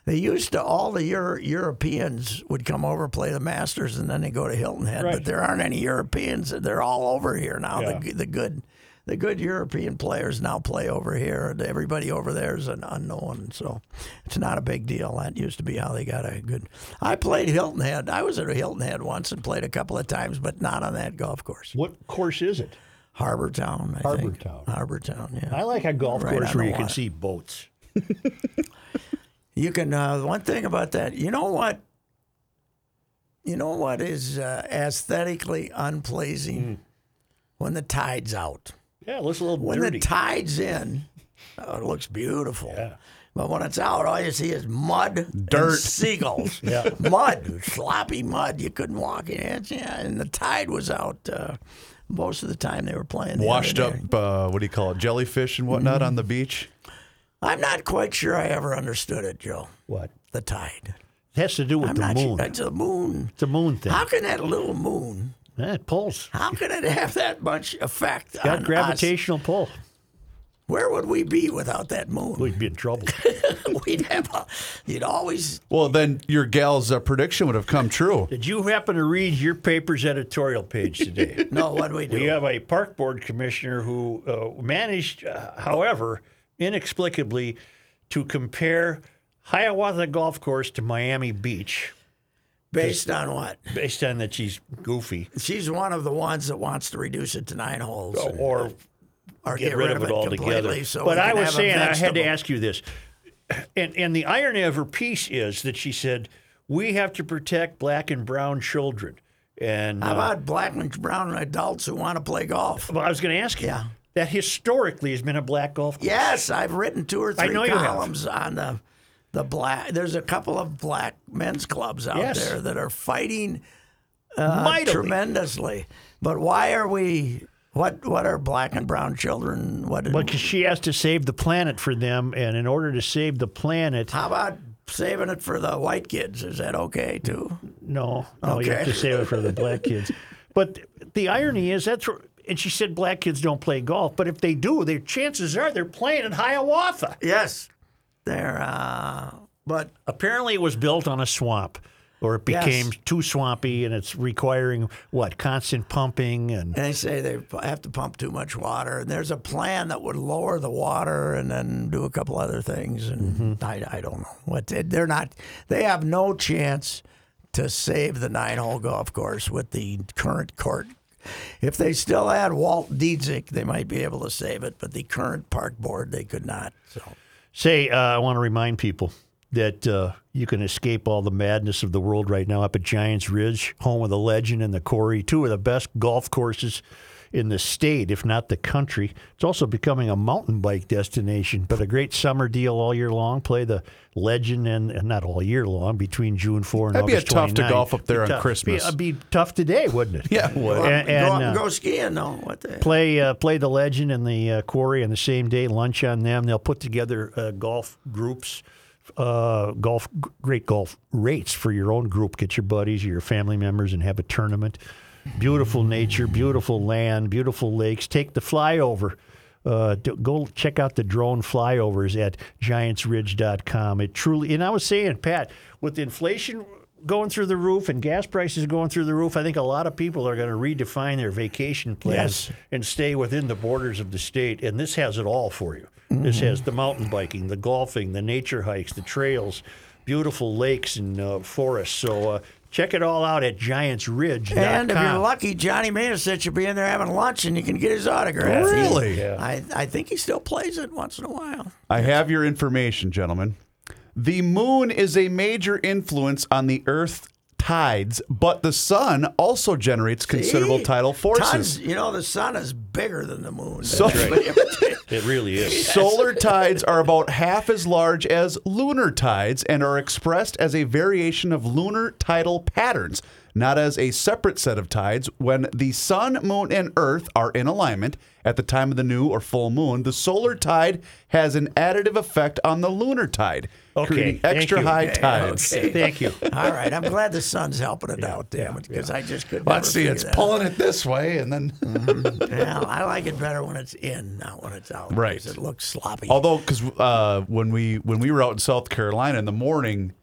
[SPEAKER 2] they used to, all the Euro- Europeans would come over, play the Masters, and then they go to Hilton Head. But
[SPEAKER 3] Right.
[SPEAKER 2] there aren't any Europeans. They're all over here now.
[SPEAKER 3] Yeah.
[SPEAKER 2] The, the good. The good European players now play over here, and everybody over there is an unknown, so it's not a big deal. That used to be how they got a good. I played Hilton Head. I was at a Hilton Head once and played a couple of times, but not on that golf course.
[SPEAKER 3] What course is it?
[SPEAKER 2] Harbor Town. I think.
[SPEAKER 3] Harbortown.
[SPEAKER 2] Harbor Town. Yeah.
[SPEAKER 3] I like a golf
[SPEAKER 2] Right
[SPEAKER 3] course
[SPEAKER 2] on
[SPEAKER 3] where
[SPEAKER 2] the
[SPEAKER 3] you can
[SPEAKER 2] water.
[SPEAKER 3] see boats.
[SPEAKER 2] You can. Uh, one thing about that, you know what? You know what is uh, aesthetically unpleasing
[SPEAKER 3] Hmm.
[SPEAKER 2] when the tide's out.
[SPEAKER 3] Yeah, it looks a little
[SPEAKER 2] When
[SPEAKER 3] dirty.
[SPEAKER 2] the tide's in, oh, it looks beautiful.
[SPEAKER 3] Yeah.
[SPEAKER 2] But when it's out, all you see is mud, and
[SPEAKER 1] Dirt.
[SPEAKER 2] seagulls,
[SPEAKER 3] Yeah.
[SPEAKER 2] mud, sloppy mud. You couldn't walk in it. Yeah, and the tide was out uh, most of the time they were playing. the
[SPEAKER 1] Washed
[SPEAKER 2] other
[SPEAKER 1] up.
[SPEAKER 2] day.
[SPEAKER 1] Uh, what do you call it? Jellyfish and whatnot on the beach.
[SPEAKER 2] I'm not quite sure I ever understood it, Joe.
[SPEAKER 3] what?
[SPEAKER 2] The tide.
[SPEAKER 3] It has to do with
[SPEAKER 2] I'm
[SPEAKER 3] the
[SPEAKER 2] not
[SPEAKER 3] moon.
[SPEAKER 2] sure. It's a moon.
[SPEAKER 3] It's a moon thing.
[SPEAKER 2] How can that little moon?
[SPEAKER 3] yeah, it pulls.
[SPEAKER 2] How can it have that much effect on
[SPEAKER 3] Got
[SPEAKER 2] us?
[SPEAKER 3] gravitational pull.
[SPEAKER 2] Where would we be without that moon?
[SPEAKER 3] We'd be in trouble.
[SPEAKER 2] We'd have a, you'd always.
[SPEAKER 1] Well, then your gal's uh, prediction would have come true.
[SPEAKER 3] Did you happen to read your paper's editorial page today?
[SPEAKER 2] No, what do we do?
[SPEAKER 3] We have a park board commissioner who uh, managed, uh, however, inexplicably, to compare Hiawatha Golf Course to Miami Beach
[SPEAKER 2] Based on what?
[SPEAKER 3] based on that she's goofy
[SPEAKER 2] She's one of the ones that wants to reduce it to nine holes and-
[SPEAKER 3] Oh, or
[SPEAKER 2] or
[SPEAKER 3] get, rid, of it, altogether.
[SPEAKER 2] completely So
[SPEAKER 3] but
[SPEAKER 2] we
[SPEAKER 3] I
[SPEAKER 2] can
[SPEAKER 3] was
[SPEAKER 2] have a
[SPEAKER 3] saying, I had to
[SPEAKER 2] vegetable.
[SPEAKER 3] ask you this, and and the irony of her piece is that she said we have to protect black and brown children, and
[SPEAKER 2] How
[SPEAKER 3] uh,
[SPEAKER 2] about black and brown adults who want to play golf?
[SPEAKER 3] well, I was going to ask you
[SPEAKER 2] Yeah.
[SPEAKER 3] that historically has been a black golf course.
[SPEAKER 2] Yes, I've written two or
[SPEAKER 3] I
[SPEAKER 2] three
[SPEAKER 3] know you have.
[SPEAKER 2] columns on the the black. There's a couple of black men's clubs out
[SPEAKER 3] Yes.
[SPEAKER 2] there that are fighting
[SPEAKER 3] mightily.
[SPEAKER 2] tremendously. But why are we? What what are black and brown children? What?
[SPEAKER 3] But 'cause she has to save the planet for them, and in order to save the planet,
[SPEAKER 2] how about saving it for the white kids? Is that okay too?
[SPEAKER 3] no, no, you have
[SPEAKER 2] Okay.
[SPEAKER 3] to save it for the black kids. But the irony is that's. where- And she said black kids don't play golf, but if they do, their chances are they're playing at Hiawatha.
[SPEAKER 2] Yes, they're. Uh, but
[SPEAKER 3] Apparently, it was built on a swamp, or it became
[SPEAKER 2] Yes.
[SPEAKER 3] too swampy, and it's requiring what constant pumping and
[SPEAKER 2] and they say they p- have to pump too much water. And there's a plan that would lower the water and then do a couple other things. And
[SPEAKER 3] Mm-hmm.
[SPEAKER 2] I, I don't know what they, they're not. They have no chance to save the nine hole golf course with the current court. If they still had Walt Dietzick, they might be able to save it. But the current park board, they could not. So
[SPEAKER 3] say. Uh, I want to remind people that uh, you can escape all the madness of the world right now up at Giants Ridge, home of the legend and the Corey, two of the best golf courses in the state, if not the country. It's also becoming a mountain bike destination, but a great summer deal all year long. Play the legend and, and not all year long between June four and
[SPEAKER 1] That'd be a
[SPEAKER 3] August
[SPEAKER 1] tough to
[SPEAKER 3] 29.
[SPEAKER 1] golf up there
[SPEAKER 3] Be
[SPEAKER 1] on
[SPEAKER 3] tough.
[SPEAKER 1] Christmas.
[SPEAKER 3] Be, it'd be tough today, wouldn't it?
[SPEAKER 1] Yeah, it would.
[SPEAKER 3] And,
[SPEAKER 2] go,
[SPEAKER 3] and,
[SPEAKER 2] up and
[SPEAKER 3] uh,
[SPEAKER 2] go skiing, though. What the
[SPEAKER 3] play uh, play the legend and the uh, quarry on the same day. Lunch on them. They'll put together uh, golf groups, uh, golf g- great golf rates for your own group. Get your buddies or your family members and have a tournament. Beautiful nature, beautiful land, beautiful lakes. Take the flyover. uh, d- go check out the drone flyovers at giantsridge.com. It truly, and I was saying, Pat, with inflation going through the roof and gas prices going through the roof, I think a lot of people are going to redefine their vacation plans and stay within the borders of the state. And this has it all for you. This
[SPEAKER 1] Mm-hmm.
[SPEAKER 3] has the mountain biking, the golfing, the nature hikes, the trails, beautiful lakes and uh, forests. So uh, check it all out at giantsridge.com.
[SPEAKER 2] And if you're lucky, Johnny Manisich should be in there having lunch, and you can get his autograph. He-
[SPEAKER 1] Really?
[SPEAKER 2] I, I think he still plays it once in a while.
[SPEAKER 1] I have your information, gentlemen. The moon is a major influence on the Earth's tides, but the sun also generates considerable
[SPEAKER 2] See?
[SPEAKER 1] tidal forces.
[SPEAKER 2] Tons, you know, the sun is bigger than the moon.
[SPEAKER 1] So-
[SPEAKER 3] It really is.
[SPEAKER 1] Solar tides are about half as large as lunar tides and are expressed as a variation of lunar tidal patterns, not as a separate set of tides. When the sun, moon, and earth are in alignment at the time of the new or full moon, the solar tide has an additive effect on the lunar tide,
[SPEAKER 3] Okay,
[SPEAKER 1] creating
[SPEAKER 3] thank
[SPEAKER 1] extra
[SPEAKER 3] you.
[SPEAKER 1] high
[SPEAKER 3] Okay,
[SPEAKER 1] tides.
[SPEAKER 3] Thank you.
[SPEAKER 2] All right, I'm glad the sun's helping it out, damn it, because I just could.
[SPEAKER 1] Let's
[SPEAKER 2] never
[SPEAKER 1] see,
[SPEAKER 2] figure
[SPEAKER 1] it's
[SPEAKER 2] that
[SPEAKER 1] pulling it this way, and then
[SPEAKER 2] out. Yeah, I like it better when it's in, not when it's out. 'cause
[SPEAKER 1] Right.
[SPEAKER 2] it looks sloppy.
[SPEAKER 1] although because uh, when we when we were out in South Carolina in the morning,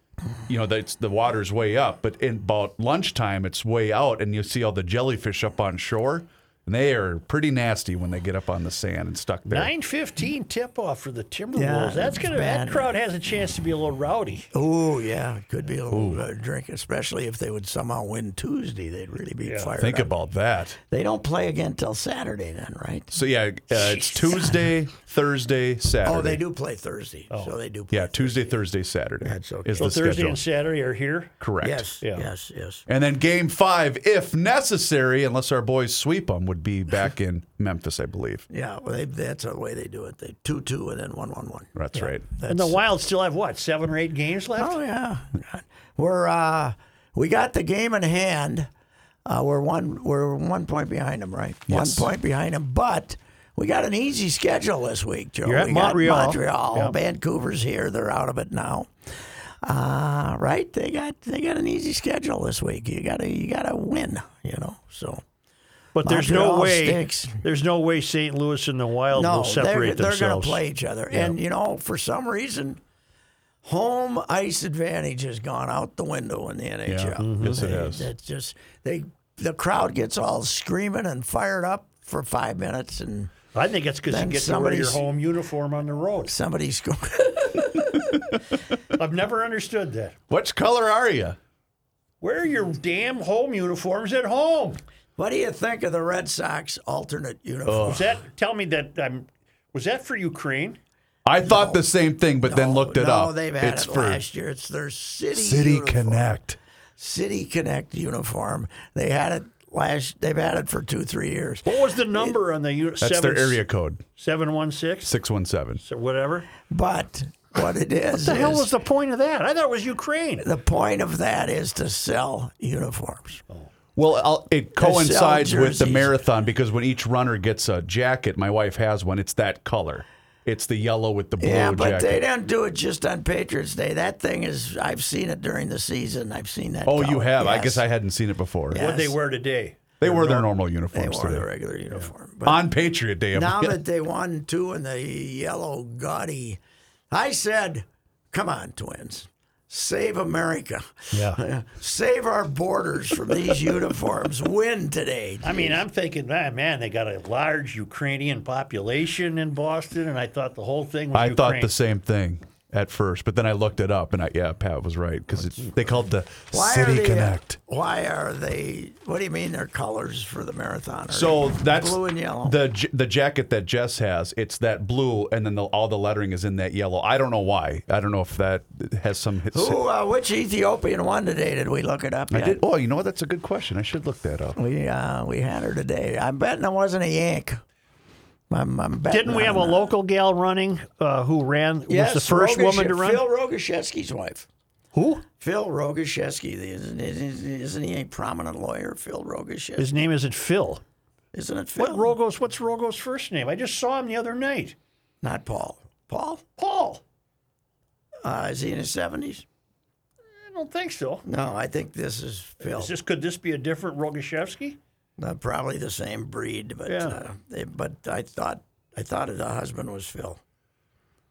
[SPEAKER 1] you know that's the water's way up, but in about lunchtime it's way out, and you see all the jellyfish up on shore, and they are pretty nasty when they get up on the sand and stuck there.
[SPEAKER 3] Nine fifteen tip off for the Timberwolves.
[SPEAKER 2] Yeah,
[SPEAKER 3] That's
[SPEAKER 2] that's
[SPEAKER 3] gonna that
[SPEAKER 2] bad.
[SPEAKER 3] crowd has a chance to be a little rowdy.
[SPEAKER 2] Oh yeah, it could be a little bit of drink, especially if they would somehow win Tuesday. They'd really be fired
[SPEAKER 1] Think
[SPEAKER 2] up.
[SPEAKER 1] about that.
[SPEAKER 2] they don't play again till Saturday, then, right?
[SPEAKER 1] So yeah, uh, it's Tuesday, Thursday, Saturday. Oh.
[SPEAKER 2] Oh, they do play Thursday, so they do. Play
[SPEAKER 1] Yeah, Tuesday, Thursday, Saturday.
[SPEAKER 2] That's okay.
[SPEAKER 1] Is
[SPEAKER 3] So
[SPEAKER 1] the
[SPEAKER 3] Oh, Thursday
[SPEAKER 1] schedule
[SPEAKER 3] and Saturday are here.
[SPEAKER 1] correct?
[SPEAKER 2] Yes,
[SPEAKER 3] Yeah.
[SPEAKER 2] yes, yes.
[SPEAKER 1] And then game five, if necessary, unless our boys sweep them, would be back in Memphis, I believe.
[SPEAKER 2] Yeah, well, they, that's the way they do it. They two two and then one one one.
[SPEAKER 1] That's right.
[SPEAKER 2] That's,
[SPEAKER 3] And the Wild still have what seven or eight games left.
[SPEAKER 2] oh yeah, we're uh, we got the game in hand. Uh, we're one we're one point behind them, right? One point behind them, but we got an easy schedule this week, Joe.
[SPEAKER 3] You're at
[SPEAKER 2] we got
[SPEAKER 3] Montreal.
[SPEAKER 2] Montreal,
[SPEAKER 3] Yeah.
[SPEAKER 2] Vancouver's here. They're out of it now. Uh, right? They got they got an easy schedule this week. You gotta you gotta win, you know. So
[SPEAKER 3] but there's no
[SPEAKER 2] Montreal
[SPEAKER 3] way.
[SPEAKER 2] stinks.
[SPEAKER 3] There's no way St. Louis and the Wild will separate
[SPEAKER 2] they're, They're going
[SPEAKER 3] themselves.
[SPEAKER 2] to play each other, and you know, for some reason, home ice advantage has gone out the window in the NHL.
[SPEAKER 1] Mm-hmm. Yes, it
[SPEAKER 2] They-
[SPEAKER 1] has.
[SPEAKER 2] That's just they. The crowd gets all screaming and fired up for five minutes, and
[SPEAKER 3] I think it's because you
[SPEAKER 2] Then
[SPEAKER 3] get to wear your
[SPEAKER 2] somebody's-
[SPEAKER 3] home uniform on the road.
[SPEAKER 2] somebody scores.
[SPEAKER 3] I've never understood that.
[SPEAKER 1] Which color are you?
[SPEAKER 3] Wear your damn home uniforms at home.
[SPEAKER 2] what do you think of the Red Sox alternate uniform?
[SPEAKER 3] Was that tell me that I'm? Was that for Ukraine?
[SPEAKER 1] I thought the same thing, but then looked it
[SPEAKER 2] no,
[SPEAKER 1] up.
[SPEAKER 2] they've had
[SPEAKER 1] it's
[SPEAKER 2] it
[SPEAKER 1] for
[SPEAKER 2] last year. It's their city
[SPEAKER 1] City
[SPEAKER 2] uniform.
[SPEAKER 1] Connect.
[SPEAKER 2] City Connect uniform. They had it last. They've had it for two, three years.
[SPEAKER 3] What was the number on the u-
[SPEAKER 1] That's
[SPEAKER 3] seven,
[SPEAKER 1] their area code,
[SPEAKER 3] seven one six
[SPEAKER 1] 617.
[SPEAKER 3] or whatever?
[SPEAKER 2] But what it is,
[SPEAKER 3] What the hell
[SPEAKER 2] is-
[SPEAKER 3] was the point of that? I thought it was Ukraine.
[SPEAKER 2] The point of that is to sell uniforms.
[SPEAKER 1] Well, I'll, it
[SPEAKER 2] sell
[SPEAKER 1] coincides with the
[SPEAKER 2] jerseys.
[SPEAKER 1] marathon because when each runner gets a jacket, my wife has one, it's that color. It's the yellow with the blue
[SPEAKER 2] yeah, but
[SPEAKER 1] jacket.
[SPEAKER 2] they don't do it just on Patriots Day. That thing is, I've seen it during the season. I've seen that.
[SPEAKER 1] oh, you
[SPEAKER 2] color.
[SPEAKER 1] have? I
[SPEAKER 2] Yes.
[SPEAKER 1] guess I hadn't seen it before.
[SPEAKER 2] Yeah.
[SPEAKER 3] What they wear today?
[SPEAKER 1] They wore their normal
[SPEAKER 2] They
[SPEAKER 1] uniforms
[SPEAKER 2] wore
[SPEAKER 1] today.
[SPEAKER 2] the regular uniform. But
[SPEAKER 1] On Patriot Day. I'm-
[SPEAKER 2] now that they won two in the yellow gaudy, I said, "Come on, Twins, save America,
[SPEAKER 3] Yeah.
[SPEAKER 2] save our borders from these uniforms. Win today."
[SPEAKER 3] I mean, I'm thinking, ah, man, they got a large Ukrainian population in Boston, and I thought the whole thing was
[SPEAKER 1] I thought
[SPEAKER 3] Ukraine.
[SPEAKER 1] the same thing at first, but then I looked it up and I, yeah, Pat was right because they called the
[SPEAKER 2] Why are
[SPEAKER 1] City
[SPEAKER 2] they- uh,
[SPEAKER 1] Connect.
[SPEAKER 2] Why are they? What do you mean their colors for the marathon? Are
[SPEAKER 1] So that's
[SPEAKER 2] blue and yellow.
[SPEAKER 1] The j- the jacket that Jess has, it's that blue, and then the, all the lettering is in that yellow. I don't know why. I don't know if that has some. Hits.
[SPEAKER 2] Who? Uh, which Ethiopian one today? Did we look it up?
[SPEAKER 1] I
[SPEAKER 2] yet?
[SPEAKER 1] did. Oh, you know what? That's a good question. I should look that up.
[SPEAKER 2] We uh, we had her today. I'm betting it wasn't a Yank. I'm, I'm betting
[SPEAKER 3] Didn't we
[SPEAKER 2] on
[SPEAKER 3] have a
[SPEAKER 2] that.
[SPEAKER 3] local gal running uh, who ran?
[SPEAKER 2] Yes,
[SPEAKER 3] was the first
[SPEAKER 2] Rogosh-
[SPEAKER 3] woman to run?
[SPEAKER 2] Phil Rogaszewski's wife.
[SPEAKER 3] who?
[SPEAKER 2] Phil Rogaszewski. Isn't, isn't isn't he a prominent lawyer? Phil Rogaszewski.
[SPEAKER 3] His name isn't Phil.
[SPEAKER 2] Isn't it
[SPEAKER 3] What
[SPEAKER 2] Phil?
[SPEAKER 3] Rogo's? What's Rogo's first name? I just saw him the other night.
[SPEAKER 2] Not Paul. Paul.
[SPEAKER 3] Paul.
[SPEAKER 2] Uh, is he in his seventies?
[SPEAKER 3] I don't think so.
[SPEAKER 2] No, I think this is Phil.
[SPEAKER 3] Is this could this be a different Rogashevsky?
[SPEAKER 2] Uh, probably the same breed, but
[SPEAKER 3] Yeah.
[SPEAKER 2] uh, they, but I thought I thought the husband was Phil.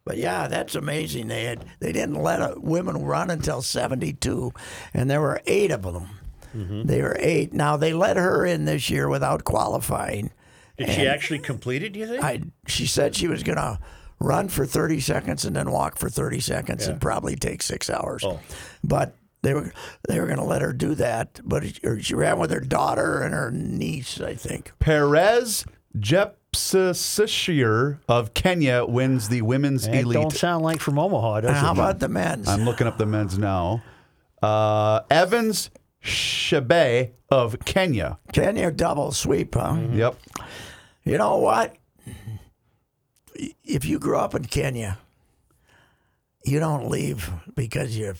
[SPEAKER 2] But yeah, that's amazing. They had they didn't let uh women run until '72, and there were eight of them. They were eight. Now they let her in this year without qualifying.
[SPEAKER 6] Did she actually complete it, do you think?
[SPEAKER 2] I she said she was gonna run for 30 seconds and then walk for 30 seconds and probably take six hours. But they were they were gonna let her do that. But she- she ran with her daughter and her niece, I think.
[SPEAKER 1] Perez Jepsisishir of Kenya wins the women's
[SPEAKER 3] That don't
[SPEAKER 1] elite.
[SPEAKER 3] sound like from Omaha, does
[SPEAKER 2] And how
[SPEAKER 3] it?
[SPEAKER 2] about the men's?
[SPEAKER 1] I'm looking up the men's now. Uh, Evans Shebe of Kenya.
[SPEAKER 2] Kenya double sweep, huh?
[SPEAKER 3] Hmm.
[SPEAKER 1] Yep.
[SPEAKER 2] You know what? If you grew up in Kenya, you don't leave because you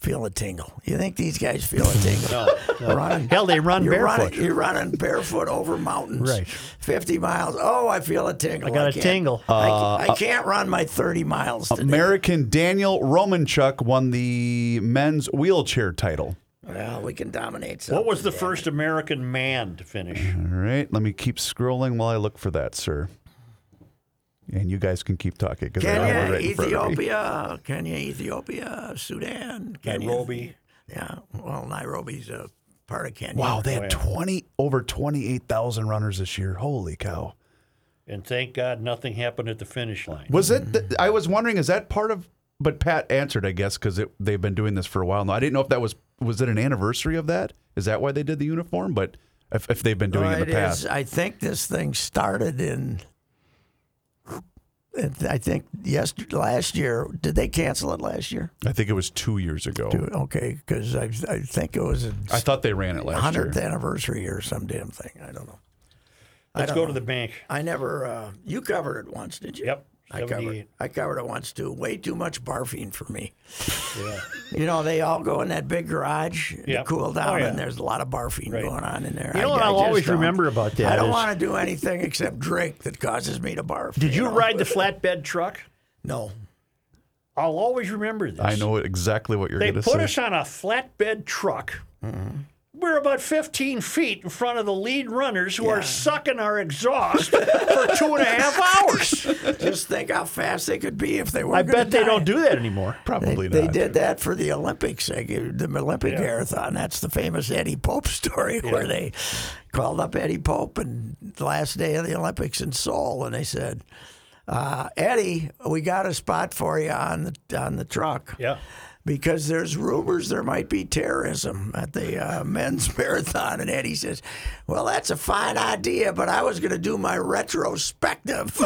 [SPEAKER 2] feel a tingle. You think these guys feel a tingle? Running,
[SPEAKER 3] Hell, they run
[SPEAKER 2] you're
[SPEAKER 3] barefoot.
[SPEAKER 2] Running, you're running barefoot over mountains,
[SPEAKER 3] Right.
[SPEAKER 2] 50 miles. Oh, I feel a tingle.
[SPEAKER 3] I got a
[SPEAKER 2] can't-
[SPEAKER 3] tingle.
[SPEAKER 2] I, I can't run my 30 miles
[SPEAKER 1] um,
[SPEAKER 2] today.
[SPEAKER 1] American Daniel Romanchuk won the men's wheelchair title.
[SPEAKER 2] well, we can dominate.
[SPEAKER 6] What was the
[SPEAKER 2] something,
[SPEAKER 6] first American man to finish?
[SPEAKER 1] All right, let me keep scrolling while I look for that, sir. And you guys can keep talking because I
[SPEAKER 2] damn
[SPEAKER 1] don't
[SPEAKER 2] it.
[SPEAKER 1] have it right
[SPEAKER 2] Kenya,
[SPEAKER 1] in front of me.
[SPEAKER 2] Ethiopia, Kenya, Ethiopia, Sudan, Kenya,
[SPEAKER 6] Nairobi.
[SPEAKER 2] Yeah, well, Nairobi's a part of Kenya.
[SPEAKER 1] Wow, they had twenty over twenty-eight thousand runners this year. Holy cow!
[SPEAKER 6] And thank God nothing happened at the finish line.
[SPEAKER 1] Was it? th- I was wondering, is that part of? But Pat answered, I guess, because they've been doing this for a while now. I didn't know if that was was it an anniversary of that? Is that why they did the uniform? But if, if they've been doing
[SPEAKER 2] Well,
[SPEAKER 1] it in the
[SPEAKER 2] it
[SPEAKER 1] past,
[SPEAKER 2] is- I think this thing started in. I think yes, last year. Did they cancel it last year?
[SPEAKER 1] I think it was two years ago.
[SPEAKER 2] Okay, because I, I think it was
[SPEAKER 1] I thought they ran it
[SPEAKER 2] a
[SPEAKER 1] last year.
[SPEAKER 2] hundredth anniversary or some damn thing. I don't know.
[SPEAKER 6] Let's
[SPEAKER 2] don't
[SPEAKER 6] go
[SPEAKER 2] know.
[SPEAKER 6] to the bank.
[SPEAKER 2] I never. Uh, you covered it once, did you?
[SPEAKER 6] Yep,
[SPEAKER 2] I covered.
[SPEAKER 6] 78.
[SPEAKER 2] I covered it once too. Way too much barfing for me. You know, they all go in that big garage to
[SPEAKER 6] Yep.
[SPEAKER 2] cool down,
[SPEAKER 6] Oh, yeah.
[SPEAKER 2] and there's a lot of barfing going on in there.
[SPEAKER 3] You know what I'll
[SPEAKER 2] just
[SPEAKER 3] always
[SPEAKER 2] don't-
[SPEAKER 3] remember about that
[SPEAKER 2] I don't
[SPEAKER 3] is-
[SPEAKER 2] want to do anything except drink that causes me to barf.
[SPEAKER 3] Did you
[SPEAKER 2] know?
[SPEAKER 3] ride the flatbed truck?
[SPEAKER 2] No.
[SPEAKER 6] I'll always remember this.
[SPEAKER 1] I know exactly what you're
[SPEAKER 6] They
[SPEAKER 1] going to
[SPEAKER 6] put
[SPEAKER 1] say.
[SPEAKER 6] us on a flatbed truck.
[SPEAKER 2] Mm-hmm.
[SPEAKER 6] We're about 15 feet in front of the lead runners who are sucking our exhaust for two and a half hours.
[SPEAKER 2] Just think how fast they could be if they were.
[SPEAKER 3] I bet they don't do that anymore.
[SPEAKER 1] Probably
[SPEAKER 2] They
[SPEAKER 1] not.
[SPEAKER 2] did that for the Olympics, They gave the Olympic marathon. That's the famous Eddie Pope story where they called up Eddie Pope and the last day of the Olympics in Seoul, and they said, uh, "Eddie, we got a spot for you on the on the truck."
[SPEAKER 6] Yeah.
[SPEAKER 2] Because there's rumors there might be terrorism at the uh, men's marathon. And Eddie says, Well, that's a fine idea, but I was going to do my retrospective.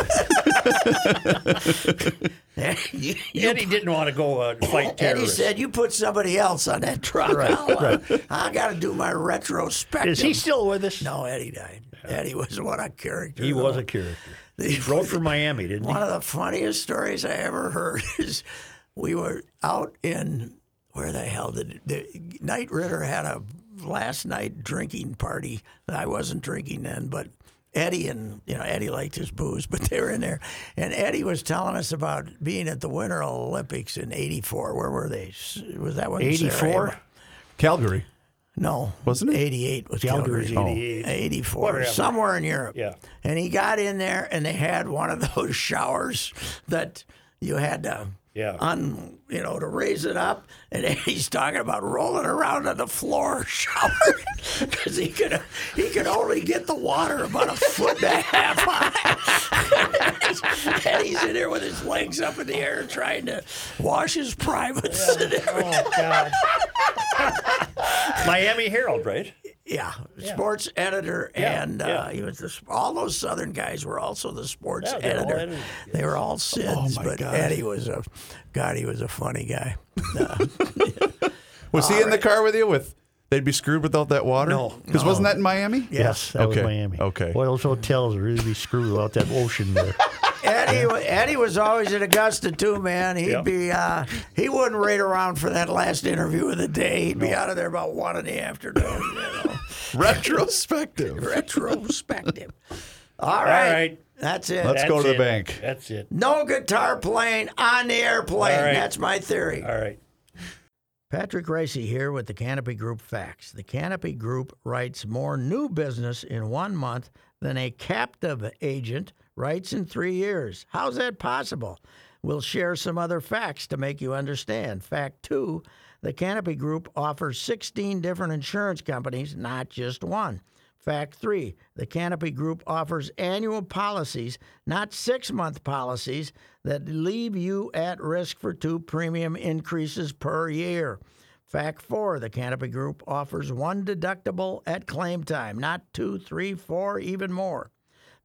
[SPEAKER 2] You- you
[SPEAKER 6] Eddie didn't want to go uh, fight
[SPEAKER 2] and he
[SPEAKER 6] terrorists.
[SPEAKER 2] said, "You put somebody else on that truck. I'll, uh, I got to do my retrospective."
[SPEAKER 3] Is he still with us?
[SPEAKER 2] No, Eddie died. Eddie was what a character.
[SPEAKER 6] he was a character.
[SPEAKER 2] He
[SPEAKER 6] Rode for Miami, didn't he?
[SPEAKER 2] One of the funniest stories I ever heard is we were out in where the hell did the Knight Ritter had a last night drinking party that I wasn't drinking then, but Eddie and you know Eddie liked his booze, but they were in there, and Eddie was telling us about being at the Winter Olympics in '84. Where were they? S- Was that one? in
[SPEAKER 3] 84?
[SPEAKER 2] Sarajevo?
[SPEAKER 1] Calgary.
[SPEAKER 2] No,
[SPEAKER 1] Wasn't it?
[SPEAKER 2] '88 was Calgary's
[SPEAKER 3] Calgary's
[SPEAKER 2] 88, 84, somewhere in Europe.
[SPEAKER 6] Yeah.
[SPEAKER 2] And he got in there, and they had one of those showers that you had to,
[SPEAKER 6] Yeah.
[SPEAKER 2] un, you know, to raise it up. And he's talking about rolling around on the floor shower because he could he could only get the water about a foot and a half high. and he's in there with his legs up in the air trying to wash his privates. and everything.
[SPEAKER 6] Oh, God. Miami Herald, right?
[SPEAKER 2] Yeah, sports editor,
[SPEAKER 6] Yeah,
[SPEAKER 2] and uh,
[SPEAKER 6] yeah.
[SPEAKER 2] he was the, all those Southern guys were also the sports
[SPEAKER 6] Yeah, they're all Oh
[SPEAKER 2] editor.
[SPEAKER 6] editors,
[SPEAKER 2] They were all Sids, but Eddie was a, God, he was a funny guy.
[SPEAKER 1] Was he in the car with you? With they'd be screwed without that water. No, because wasn't that in Miami?
[SPEAKER 3] Yes, that
[SPEAKER 1] Okay,
[SPEAKER 3] was Miami.
[SPEAKER 1] okay.
[SPEAKER 3] Boy, those hotels really be screwed out that ocean there.
[SPEAKER 2] Eddie, wa- Eddie was always in Augusta too, man. He'd
[SPEAKER 6] Yep.
[SPEAKER 2] be, uh, he wouldn't wait around for that last interview of the day. He'd be out of there about one in the afternoon. You know,
[SPEAKER 1] Retrospective.
[SPEAKER 2] retrospective. all
[SPEAKER 6] All
[SPEAKER 2] right,
[SPEAKER 6] right.
[SPEAKER 2] that's it.
[SPEAKER 1] Let's go
[SPEAKER 6] That's
[SPEAKER 1] to the
[SPEAKER 6] it.
[SPEAKER 1] bank.
[SPEAKER 6] That's it.
[SPEAKER 2] no guitar playing on the airplane.
[SPEAKER 6] All right.
[SPEAKER 2] That's my theory.
[SPEAKER 6] All right.
[SPEAKER 2] Patrick Racy here with the Canopy Group Facts. The Canopy Group writes more new business in one month than a captive agent Writes in three years. How's that possible? We'll share some other facts to make you understand. Fact two the Canopy Group offers 16 different insurance companies, not just one. Fact three the Canopy Group offers annual policies, not six month policies, that leave you at risk for two premium increases per year. Fact four the Canopy Group offers one deductible at claim time, not two, three, four, even more.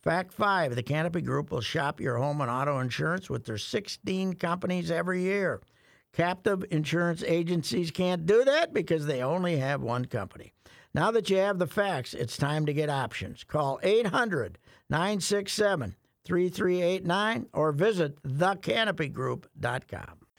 [SPEAKER 2] Fact five the Canopy Group will shop your home and auto insurance with their 16 companies every year. Captive insurance agencies can't do that because they only have one company. Now that you have the facts, it's time to get options. Call 800 967 3389 or visit thecanopygroup.com.